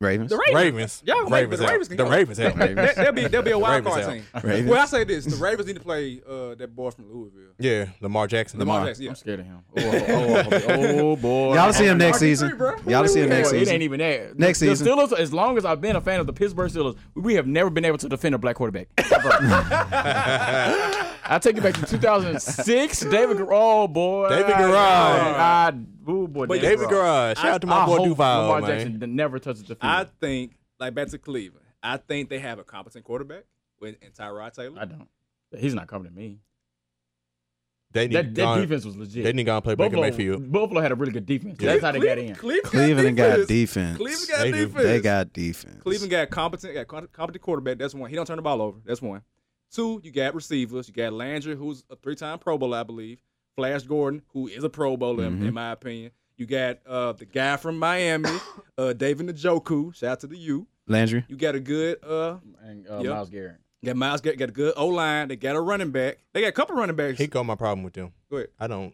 Ravens.
The Ravens.
Ravens.
Yeah,
Ravens
Ravens. The
out.
Ravens. can
The
go.
Ravens out.
They- they- They'll be they'll be a wild
Ravens
card
out.
team.
Ravens.
Well, I say this: the Ravens need to play uh, that boy from Louisville,
Yeah, Lamar Jackson.
Lamar Jackson. Yeah.
I'm scared of him. Oh, oh, oh, oh, boy.
Y'all see him next
Mark it
season.
through, bro.
Y'all see him
Boy,
next
It ain't
season.
even there.
Next
the,
season.
The Steelers, as long as I've been a fan of the Pittsburgh Steelers, we have never been able to defend a black quarterback. Ever. I take you back to 2006. David Gar- Oh, boy.
David Garrard.
I, I, oh, boy.
But
David Garage. Shout out to my
I
boy
hope
Duval,
Lamar
man.
Jackson d- never touches the field.
I think, like back to Cleveland, I think they have a competent quarterback with and Tyrod Taylor.
I don't. He's not coming to me.
They need
That, that
gone-
defense was legit.
They need to go and play Baker Mayfield.
Buffalo had a really good defense. That's how they got in.
Cleveland,
Cleveland got
defense.
defense.
Cleveland got
They do.
defense.
They got defense.
Cleveland got competent, got co- competent quarterback. That's one. He don't turn the ball over. That's one. Two, you got receivers. You got Landry, who's a three-time Pro Bowler, I believe. Flash Gordon, who is a Pro Bowler, in-
Mm-hmm.
in my opinion. You got uh, the guy from Miami, uh, David Njoku. Shout out to the U.
Landry.
You got a good, uh,
And uh,
Yep.
Miles Garrett.
got Miles, got, got a good O line. They got a running back. They got a couple running backs.
He got my problem with them.
Go ahead.
I don't.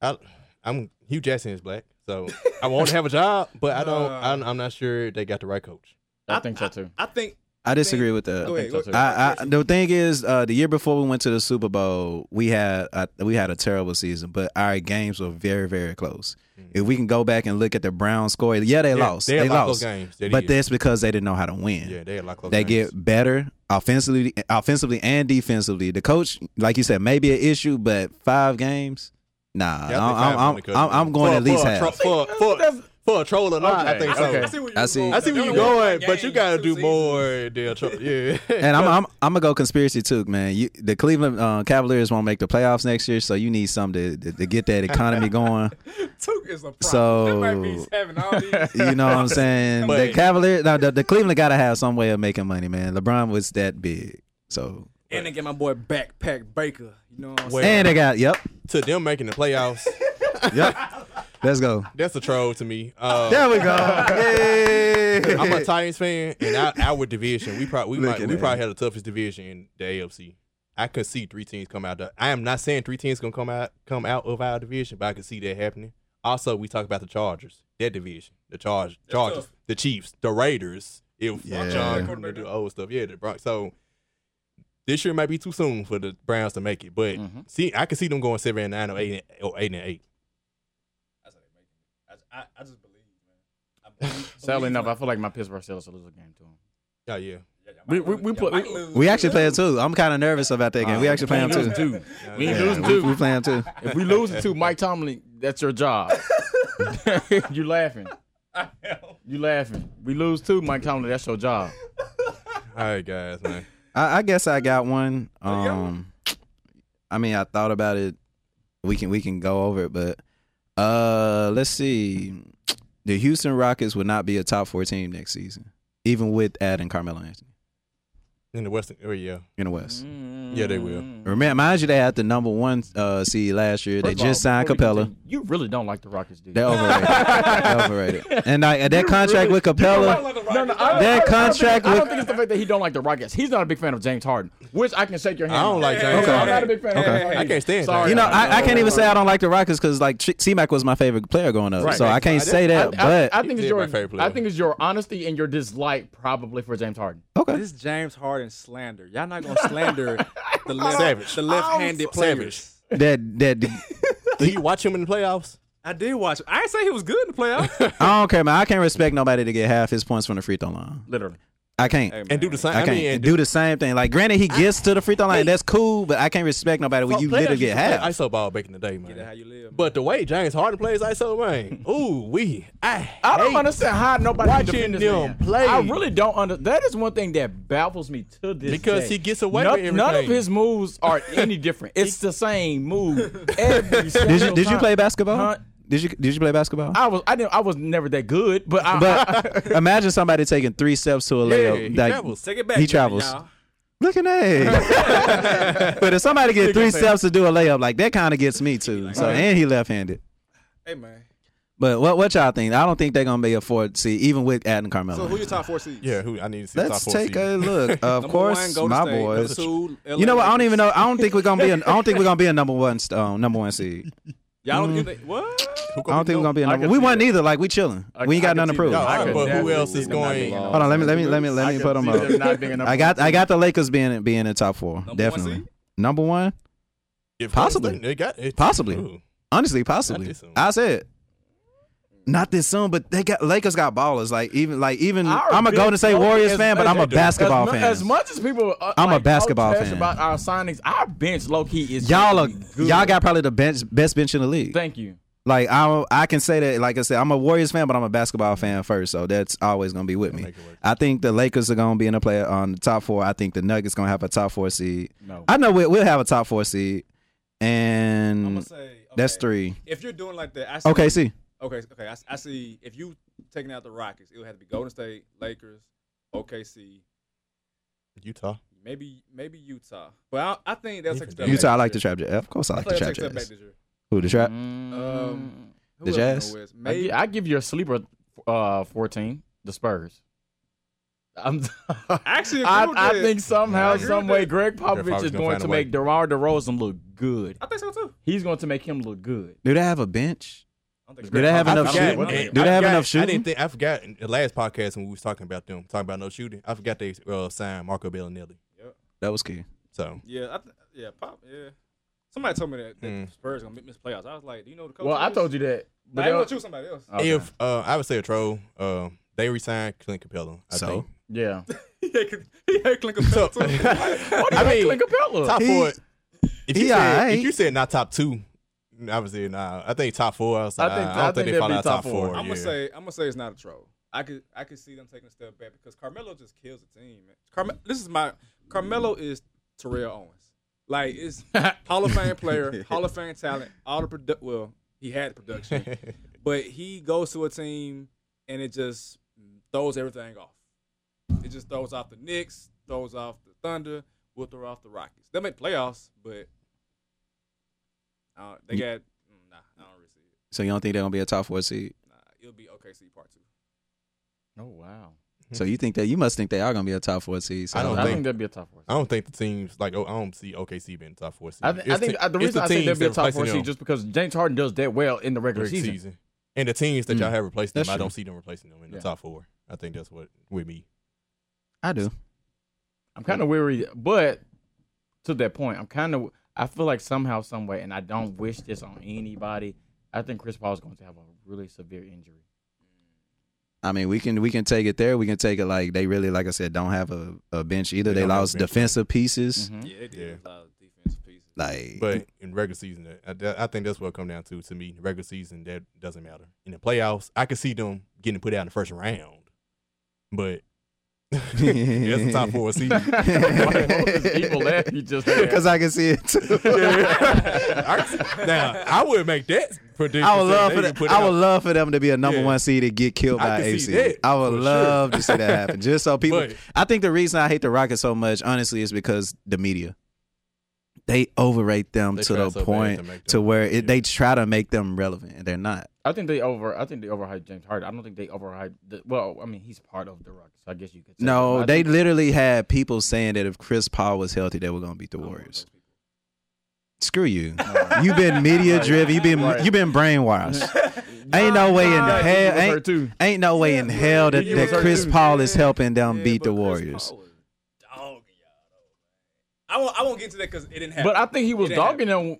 I, I'm Hugh Jackson is black, so I want to have a job, but I don't. I'm, I'm not sure they got the right coach.
I, think so too.
I think.
I disagree with that.
Go ahead. Go
so, too.
I, I the thing is, uh, the year before we went to the Super Bowl, we had uh, we had a terrible season, but our games were very very close. If we can go back and look at the Browns score, yeah, they
Yeah,
lost.
Mm. they
They,
lost
lost,
those games. They
but
did.
that's because they didn't know how to win.
Yeah, they had a lot close.
they
games.
get better offensively, offensively and defensively. The coach, like you said, may be an issue, but five games, nah.
Yeah, I think
I'm,
five
I'm,
only
I'm,
could
I'm,
be.
I'm going
for,
at least
for a
half.
tro- for, for, for a troll and all, I
Okay,
think so.
okay.
I see where
I
you're
see.
going.
I see where
They
you're
only won
going,
one
but you
game,
got to
two
do
seasons.
more. Than a troll. Yeah,
And I'm, I'm, I'm gonna go conspiracy too, man. You, the Cleveland uh, Cavaliers won't make the playoffs next year, so you need something to, to, to get that economy going.
Took is a problem.
So-
That might be having all these.
You know what I'm saying? the
But-
Cavaliers, no, the, the Cleveland gotta have some way of making money, man. LeBron was that big, so
And they get my boy Backpack Baker. You know what I'm saying?
Well,
and they got yep,
to them making the playoffs,
yep. Let's go.
that's a troll to me. Uh,
There we go. Yay.
I'm a Titans fan, and our, our division, we probably we,
Look
might,
at
we
that.
probably had the toughest division in the AFC. I could see three teams come out. The, I am not saying three teams gonna come out come out of our division, but I could see that happening. Also, we talk about the Chargers, that division, the Charge, Chargers,
tough.
the Chiefs, the Raiders. If
Yeah.
John come to do old stuff, yeah, the Bronx. So this year might be too soon for the Browns to make it, but
Mm-hmm.
see, I could see them going seven and nine or eight and, or eight and eight.
I, I just believe, man.
Sadly enough, I feel like my Pittsburgh Steelers will lose a game to him.
Oh yeah,
We we, we play.
We actually playing too. I'm kind of nervous about that game. we actually playing too.
too. We ain't
Yeah,
losing
we, we
two.
playing too.
If we lose it to Mike Tomlin, that's your job. you laughing? You laughing? We lose two, Mike Tomlin. That's your job.
all right, guys, man.
I, I guess I got one. Um, I mean, I thought about it. We can we can go over it, but uh, let's see. The Houston Rockets would not be a top four team next season, even with adding Carmelo Anthony
In the Western, oh yeah,
in the West.
Mm.
yeah, they will.
Remember, mind you, they had the number one uh, seed last year.
First
they
of
just
all,
signed
before we
Capella.
continue, You really don't like the Rockets, dude.
They're overrated. They're overrated. And like, that contract with Capella.
No, no, I,
That
I- I don't
contract
Think, I don't
with-
think it's the fact that he don't like the Rockets. He's not a big fan of James Harden, which I can shake your hand.
I don't like James
I'm
Harden.
not a big fan.
Okay.
Of James
I can't stand
Sorry.
James
You know,
I
I, I
know.
can't even say I don't like the Rockets because like C Mac was my favorite player growing up,
Right.
so I can't
I
say that.
I- I,
but
I think it's
He's
your.
my favorite player.
I think it's your honesty and your dislike probably for James Harden.
okay,
This James Harden slander. Y'all not gonna slander the left,
Savage.
the left-handed
Savage.
players.
that that
Do you watch him in the playoffs?
I did watch. I didn't say he was good in the playoffs.
I don't care, man. I can't respect nobody to get half his points from the free throw line.
Literally.
I can't.
Hey, man.
And do the same.
I
I,
can't
mean, and
do the same thing. Like, granted, he gets to the free throw line. That's cool, but I can't respect nobody when you literally get
I
half.
ISO ball back in the day, man.
How you live?
But the way James Harden plays ISO, man, ooh, we, I,
I don't
hate-
understand how nobody can
watching
defend this
them
man.
play.
I really don't under. That is one thing that baffles me to this
Because
day.
he gets away
none,
with
None of
everything.
his moves are any different. It's the same move every single
Did you did you
time.
play basketball?
Huh?
Did you did you play basketball?
I was I didn't I was never that good, but I,
But imagine somebody taking three steps to a
Yeah,
layup.
he
like,
travels.
Take it back.
He
man,
travels.
y'all.
Look at that. but if somebody get three steps to do a layup, like that kind of gets me too. So and he left handed.
Hey man.
But what what y'all think? I don't think they're gonna be a four seed, even with adding Carmelo.
So who your top four seeds?
Yeah, who I need to see. top
Let's
four
take
seed.
a look. Of
Number
course,
one, Golden
my
State. Number
boys.
two, LA
You know what? I don't
Lakers.
even know. I don't think we're gonna be. A, I don't think we're gonna be a number one st- um, number one seed.
Y'all don't
Mm.
get that. What?
Who
I don't think we're gonna be a
I
number.
can
We
see
won
that.
either. Like we chilling.
I-
we ain't
I
got
can
nothing to
see
prove.
that.
No,
I could
but who
definitely
else is
see them not
going?
being lost.
Hold on. Let me let me let me let
I
me
can
put them
see
up.
them not being a number
I got
one
I
seed.
got the Lakers being being in top four.
one
definitely
seed?
number one.
If
Possibly.
They got it.
Possibly.
Ooh.
Honestly, possibly.
this soon.
I said. Not this soon, but they got Lakers got ballers. Like even like even
Our
I'm a
big
Golden State
focus-
Warriors fan, but
as-
I'm a
as-
basketball
as, mu-
fan.
As much as people, are,
I'm a
like,
basketball
trash
fan.
About our signings, our bench low key is
y'all are
really good.
y'all got probably the bench best bench in the league.
Thank you.
Like I I can say that like I said I'm a Warriors fan, but I'm a basketball
Mm-hmm.
fan first, so that's always gonna be with me. I think the Lakers are gonna be in the play on the top four. I think the Nuggets gonna have a top four seed.
No.
I know we, we'll have a top four seed,
I'm gonna
and
say okay.
Mm. that's three.
If you're doing like that, I see,
Okay, see,
okay, okay. I, I see. If you taking out the Rockets, it would have to be Golden State, Lakers, OKC,
Utah.
maybe maybe Utah. But I, I think they'll take a
Utah,
step back
Utah. I like the
this
trap jazz. Of course, I
year.
like
I
the
think they'll
trap
take a step back
jazz.
this year.
Who the trap?
Mm-hmm.
Mm.
Um, Who
The
else
Jazz?
in West?
I, gi-
Maybe
I give you a sleeper uh, 14, the Spurs. I'm
actually.
I,
agree with
I
that.
think
I
somehow,
agree
some
with
way,
that.
Greg Popovich
Popovich
is
gonna
going
find
to
a way.
make DeMar DeRozan look good.
I think so too.
He's going to make him look good.
Do they have a bench?
I don't think
Do they have
I
enough
forgot-
shooting?
and
Do they
I
have
forgot-
enough
I
shooting?
didn't think I forgot in the last podcast when we was talking about them talking about no shooting. I forgot they uh, signed Marco Bellinelli.
That was key.
So
Yeah, I th- yeah, pop. Yeah, somebody told me that, that
Hmm.
Mm.
Spurs gonna miss playoffs. I was like, do you know the coach?
Well, I told you that.
But
But Oh.
they gonna
they'll-
choose somebody else.
Okay.
if uh, I would say a troll, uh, they resigned Clint Capella. I
So?
think.
yeah.
he had, he had Clint Capella
So-
too. What?
I mean,
Clint Capella.
top
He-
four. If you
he
said
alright.
if you said not top two, I was saying nah. I think top four. I was like,
I
I,
think-
I
I
don't think,
think
they
they'll
fall
be
out
top
top
four.
four.
I'm
yeah.
gonna say I'm gonna say it's not a troll. I could I could see them taking a step back because Carmelo just kills the team. Man. Carme- this is my Carmelo is Terrell Owens. Like it's Hall of Fame player, Hall of Fame talent, all the produ- well, he had the production, but he goes to a team and it just throws everything off. It just throws off the Knicks, throws off the Thunder, will throw off the Rockets. They make playoffs, but uh, they got nah. I don't really see it.
So you don't think they're gonna be a top four seed?
Nah, it'll be OKC part two.
oh, wow.
So you think that you must think they are gonna be a top four seed?
Mm-hmm.
So
I don't
I
think-
think that'd be a top four.
I don't think the teams like oh, I don't see OKC being top four. Seed.
I, th- I
It's
think
te-
uh, the
it's
reason I think
teams
they'll be
that
a top
replacing
four seed
them
just because James Harden does that well in the regular
during the
season.
season. And the teams that y'all have replaced them,
That's
I
true.
don't see them replacing them in
Yeah.
the top four. I think that's what with me.
I do.
I'm kind of weary, but to that point, I'm kind of. I feel like somehow, some way, and I don't wish this on anybody. I think Chris Paul is going to have a really severe injury.
I mean, we can we can take it there. We can take it like they really, like I said, don't have a, a bench either.
They
They,
don't have a
lost
bench.
defensive pieces.
Mm-hmm. Hmm?
Yeah, they did a lot of defensive pieces.
Like,
But in regular season, I, I think that's what it come down to. To me, regular season that doesn't matter. In the playoffs, I could see them getting put out in the first round, but that's the top four seed.
People laugh. You just
because I can see it too.
now I would make that prediction.
I would love
They
for
didn't
that.
put
I would
out-
love for them to be a number
Yeah.
one seed and get killed
I
by
can see
AC.
that,
I would
for sure.
love to see that happen. Just so people,
But-
I think the reason I hate the Rockets so much, honestly, is because the media. They overrate them
They
to
try
the
so bad
point
to
to,
make them-
where
yeah.
it, they try to make them relevant and they're not.
I think they over. I think they overhyped James Harden. I don't think they overhyped. The, well, I mean, he's part of the Rockets. I guess you could. Say
No,
that, but I
they
think-
literally had people saying that if Chris Paul was healthy, they were going to beat the Warriors. Screw you. You've been media driven. You've been
Right.
you've been brainwashed. ain't no way in
Nah, he
hell.
was hurt
Ain't,
too.
ain't no way in hell that,
he was
that
hurt
Chris
too.
Paul is helping them
Yeah,
beat
but
the
Chris
Warriors.
Paul was dogging y'all, though, man. I won't. I won't get into that because it didn't happen.
But I think he was
It
dogging them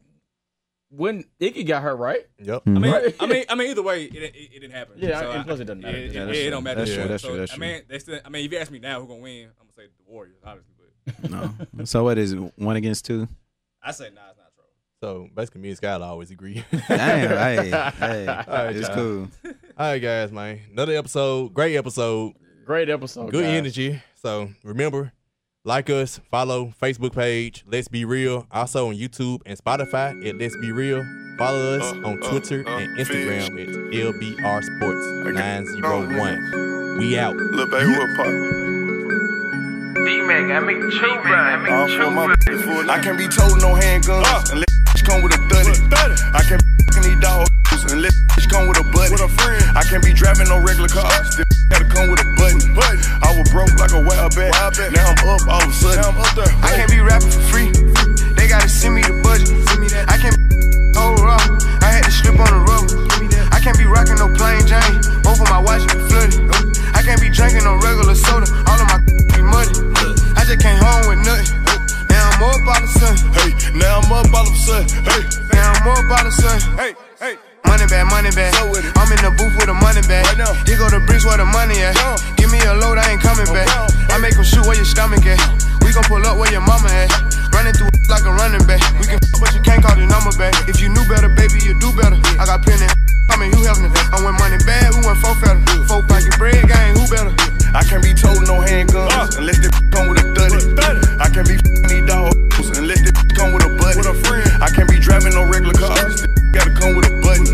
when Iggy got hurt, right?
Yep.
Hmm.
I mean,
Right.
I mean, I mean, either way, it, it, it didn't happen.
Yeah,
So
and
I-
plus it doesn't matter.
Yeah, it,
Yeah,
it,
that's
don't
true.
matter.
That's
Yeah.
true, that's
so,
true, that's
I mean, they still, I mean, if you ask me now who's gonna win, I'm gonna say the Warriors, obviously. But
No. So what is it? One against two?
I say nah, it's not true.
So basically, me and Skylar always agree.
Damn. hey, hey,
right,
it's
y'all.
cool.
All right, guys, man. Another episode. Great episode.
Great episode.
Good
guys.
energy. So remember, like us, follow Facebook page. Let's be real. Also on YouTube and Spotify at Let's Be Real. Follow us on Twitter and Instagram at LBR Sports nine zero one. We out.
Lil' baby, what part?
D-Mac, I make two rhymes. I
All
make
four
two
of my
rhymes.
bitches full I can't be told no Uh. handguns unless come with a 30. I can't be fucking these dogs unless come with a buddy. money. I can't be driving no regular cars. This gotta come with a button. I was broke like a wild bat. Now I'm up all of a sudden. I can't be rapping for free. They gotta send me the budget. I can't be hold up. I had to slip on the rubber. I can't be rocking no plain Jane. Both of my watches be flooded. I can't be drinking no regular soda. All of my be muddy. I just came home with nothing. Now I'm up all of a sudden. Hey, now I'm up all of a sudden. Hey, now I'm up all of a sudden. Hey, hey. Money bag, money bag. I'm in the booth with a money bag. Right now. Here go the bricks where the money at. Give me a load, I ain't coming back. I make 'em shoot where your stomach at. We gon' pull up where your mama at. Running through like a running back. We can fuck, but you can't call the number back. If you knew better, baby, you do better. I got pen and I'm in Hugh Hefner. I went money bad, we went four fatter. Four pocket bread, gang, who better? I can't be told no handguns unless they come with a thuddy. I can't be f***ing these dogs unless they come with a buddy. With a friend. I can't be driving no regular cars. This gotta come with a button.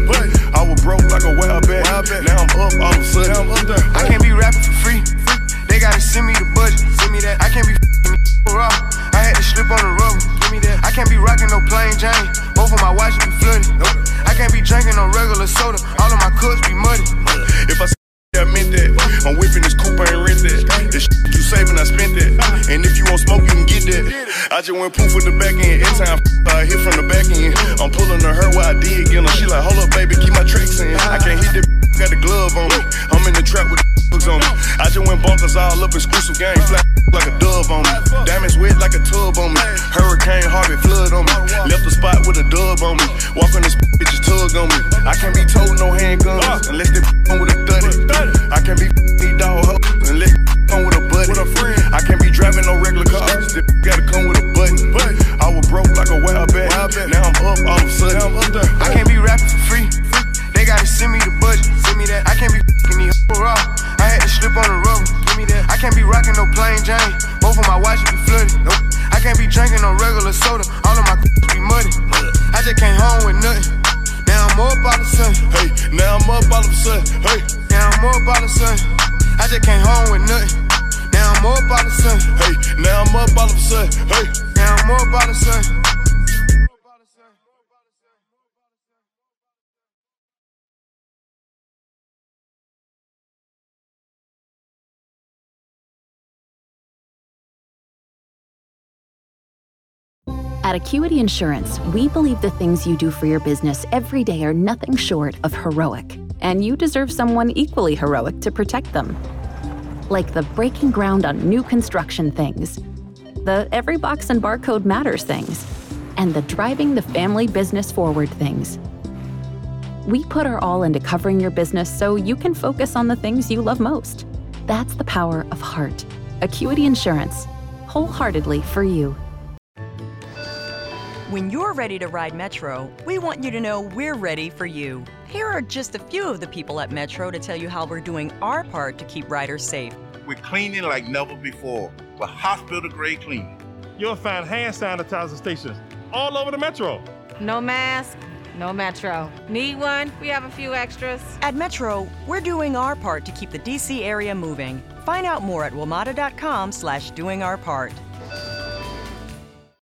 I was broke like a wild bat. Now I'm up all of a sudden. I can't be rapping for free. They gotta send me the budget. Send me that. I can't be f***ing raw. I had to slip on the rubber. Give me that. I can't be rocking no plain Jane. Both of my watches be flooded. I can't be drinking no regular soda. All of my cups be muddy. If I I meant that. I'm whipping this coupe, I ain't rent that. The shit you saving, I spent that. And if you want smoke, you can get that. I just went poof with the back end. Every time I hit from the back end, I'm pulling to her while I did get her. She like, hold up, baby, keep my tricks in. I can't hit that. Got the glove on me. I'm in the trap with the hooks on me. I just went bonkers all up exclusive game. Flat like a dove on me. Diamonds wet like a tub on me. Hurricane Harvey flood on me. Left the spot with a dub on me. Walk on this bitch, just tug on me. I can't be told no handguns unless they come Uh. with a thuddy. I can't be these dog hoes unless they come with a buddy. I can't be driving no regular cars. This gotta come with a button. I was broke like a wild bat. Now I'm up all of a sudden. I can't be rapping for free. They gotta send me the budget, send me that. I can't be fing these hoes raw. I had to slip on the rubber, give me that. I can't be rocking no plain Jane. Both of my watches be flooded. Nope. I can't be drinking no regular soda. All of my be muddy. I just came home with nothing. Now I'm up all of a sudden. Hey, now I'm up all of a sudden. Hey, now I'm up all of a sudden. I just came home with nothing. Now I'm up all of a sudden. Hey, now I'm up all of a sudden. Hey, now I'm up all of a sudden.
At Acuity Insurance, we believe the things you do for your business every day are nothing short of heroic, and you deserve someone equally heroic to protect them. Like the breaking ground on new construction things, the every box and barcode matters things, and the driving the family business forward things. We put our all into covering your business so you can focus on the things you love most. That's the power of heart. Acuity Insurance, wholeheartedly for you.
When you're ready to ride Metro, we want you to know we're ready for you. Here are just a few of the people at Metro to tell you how we're doing our part to keep riders safe.
We're cleaning like never before with hospital grade cleaning.
You'll find hand sanitizer stations all over the metro.
No mask, no metro. Need one? We have a few extras.
At Metro, we're doing our part to keep the DC area moving. Find out more at WMATA.com slash doing our part.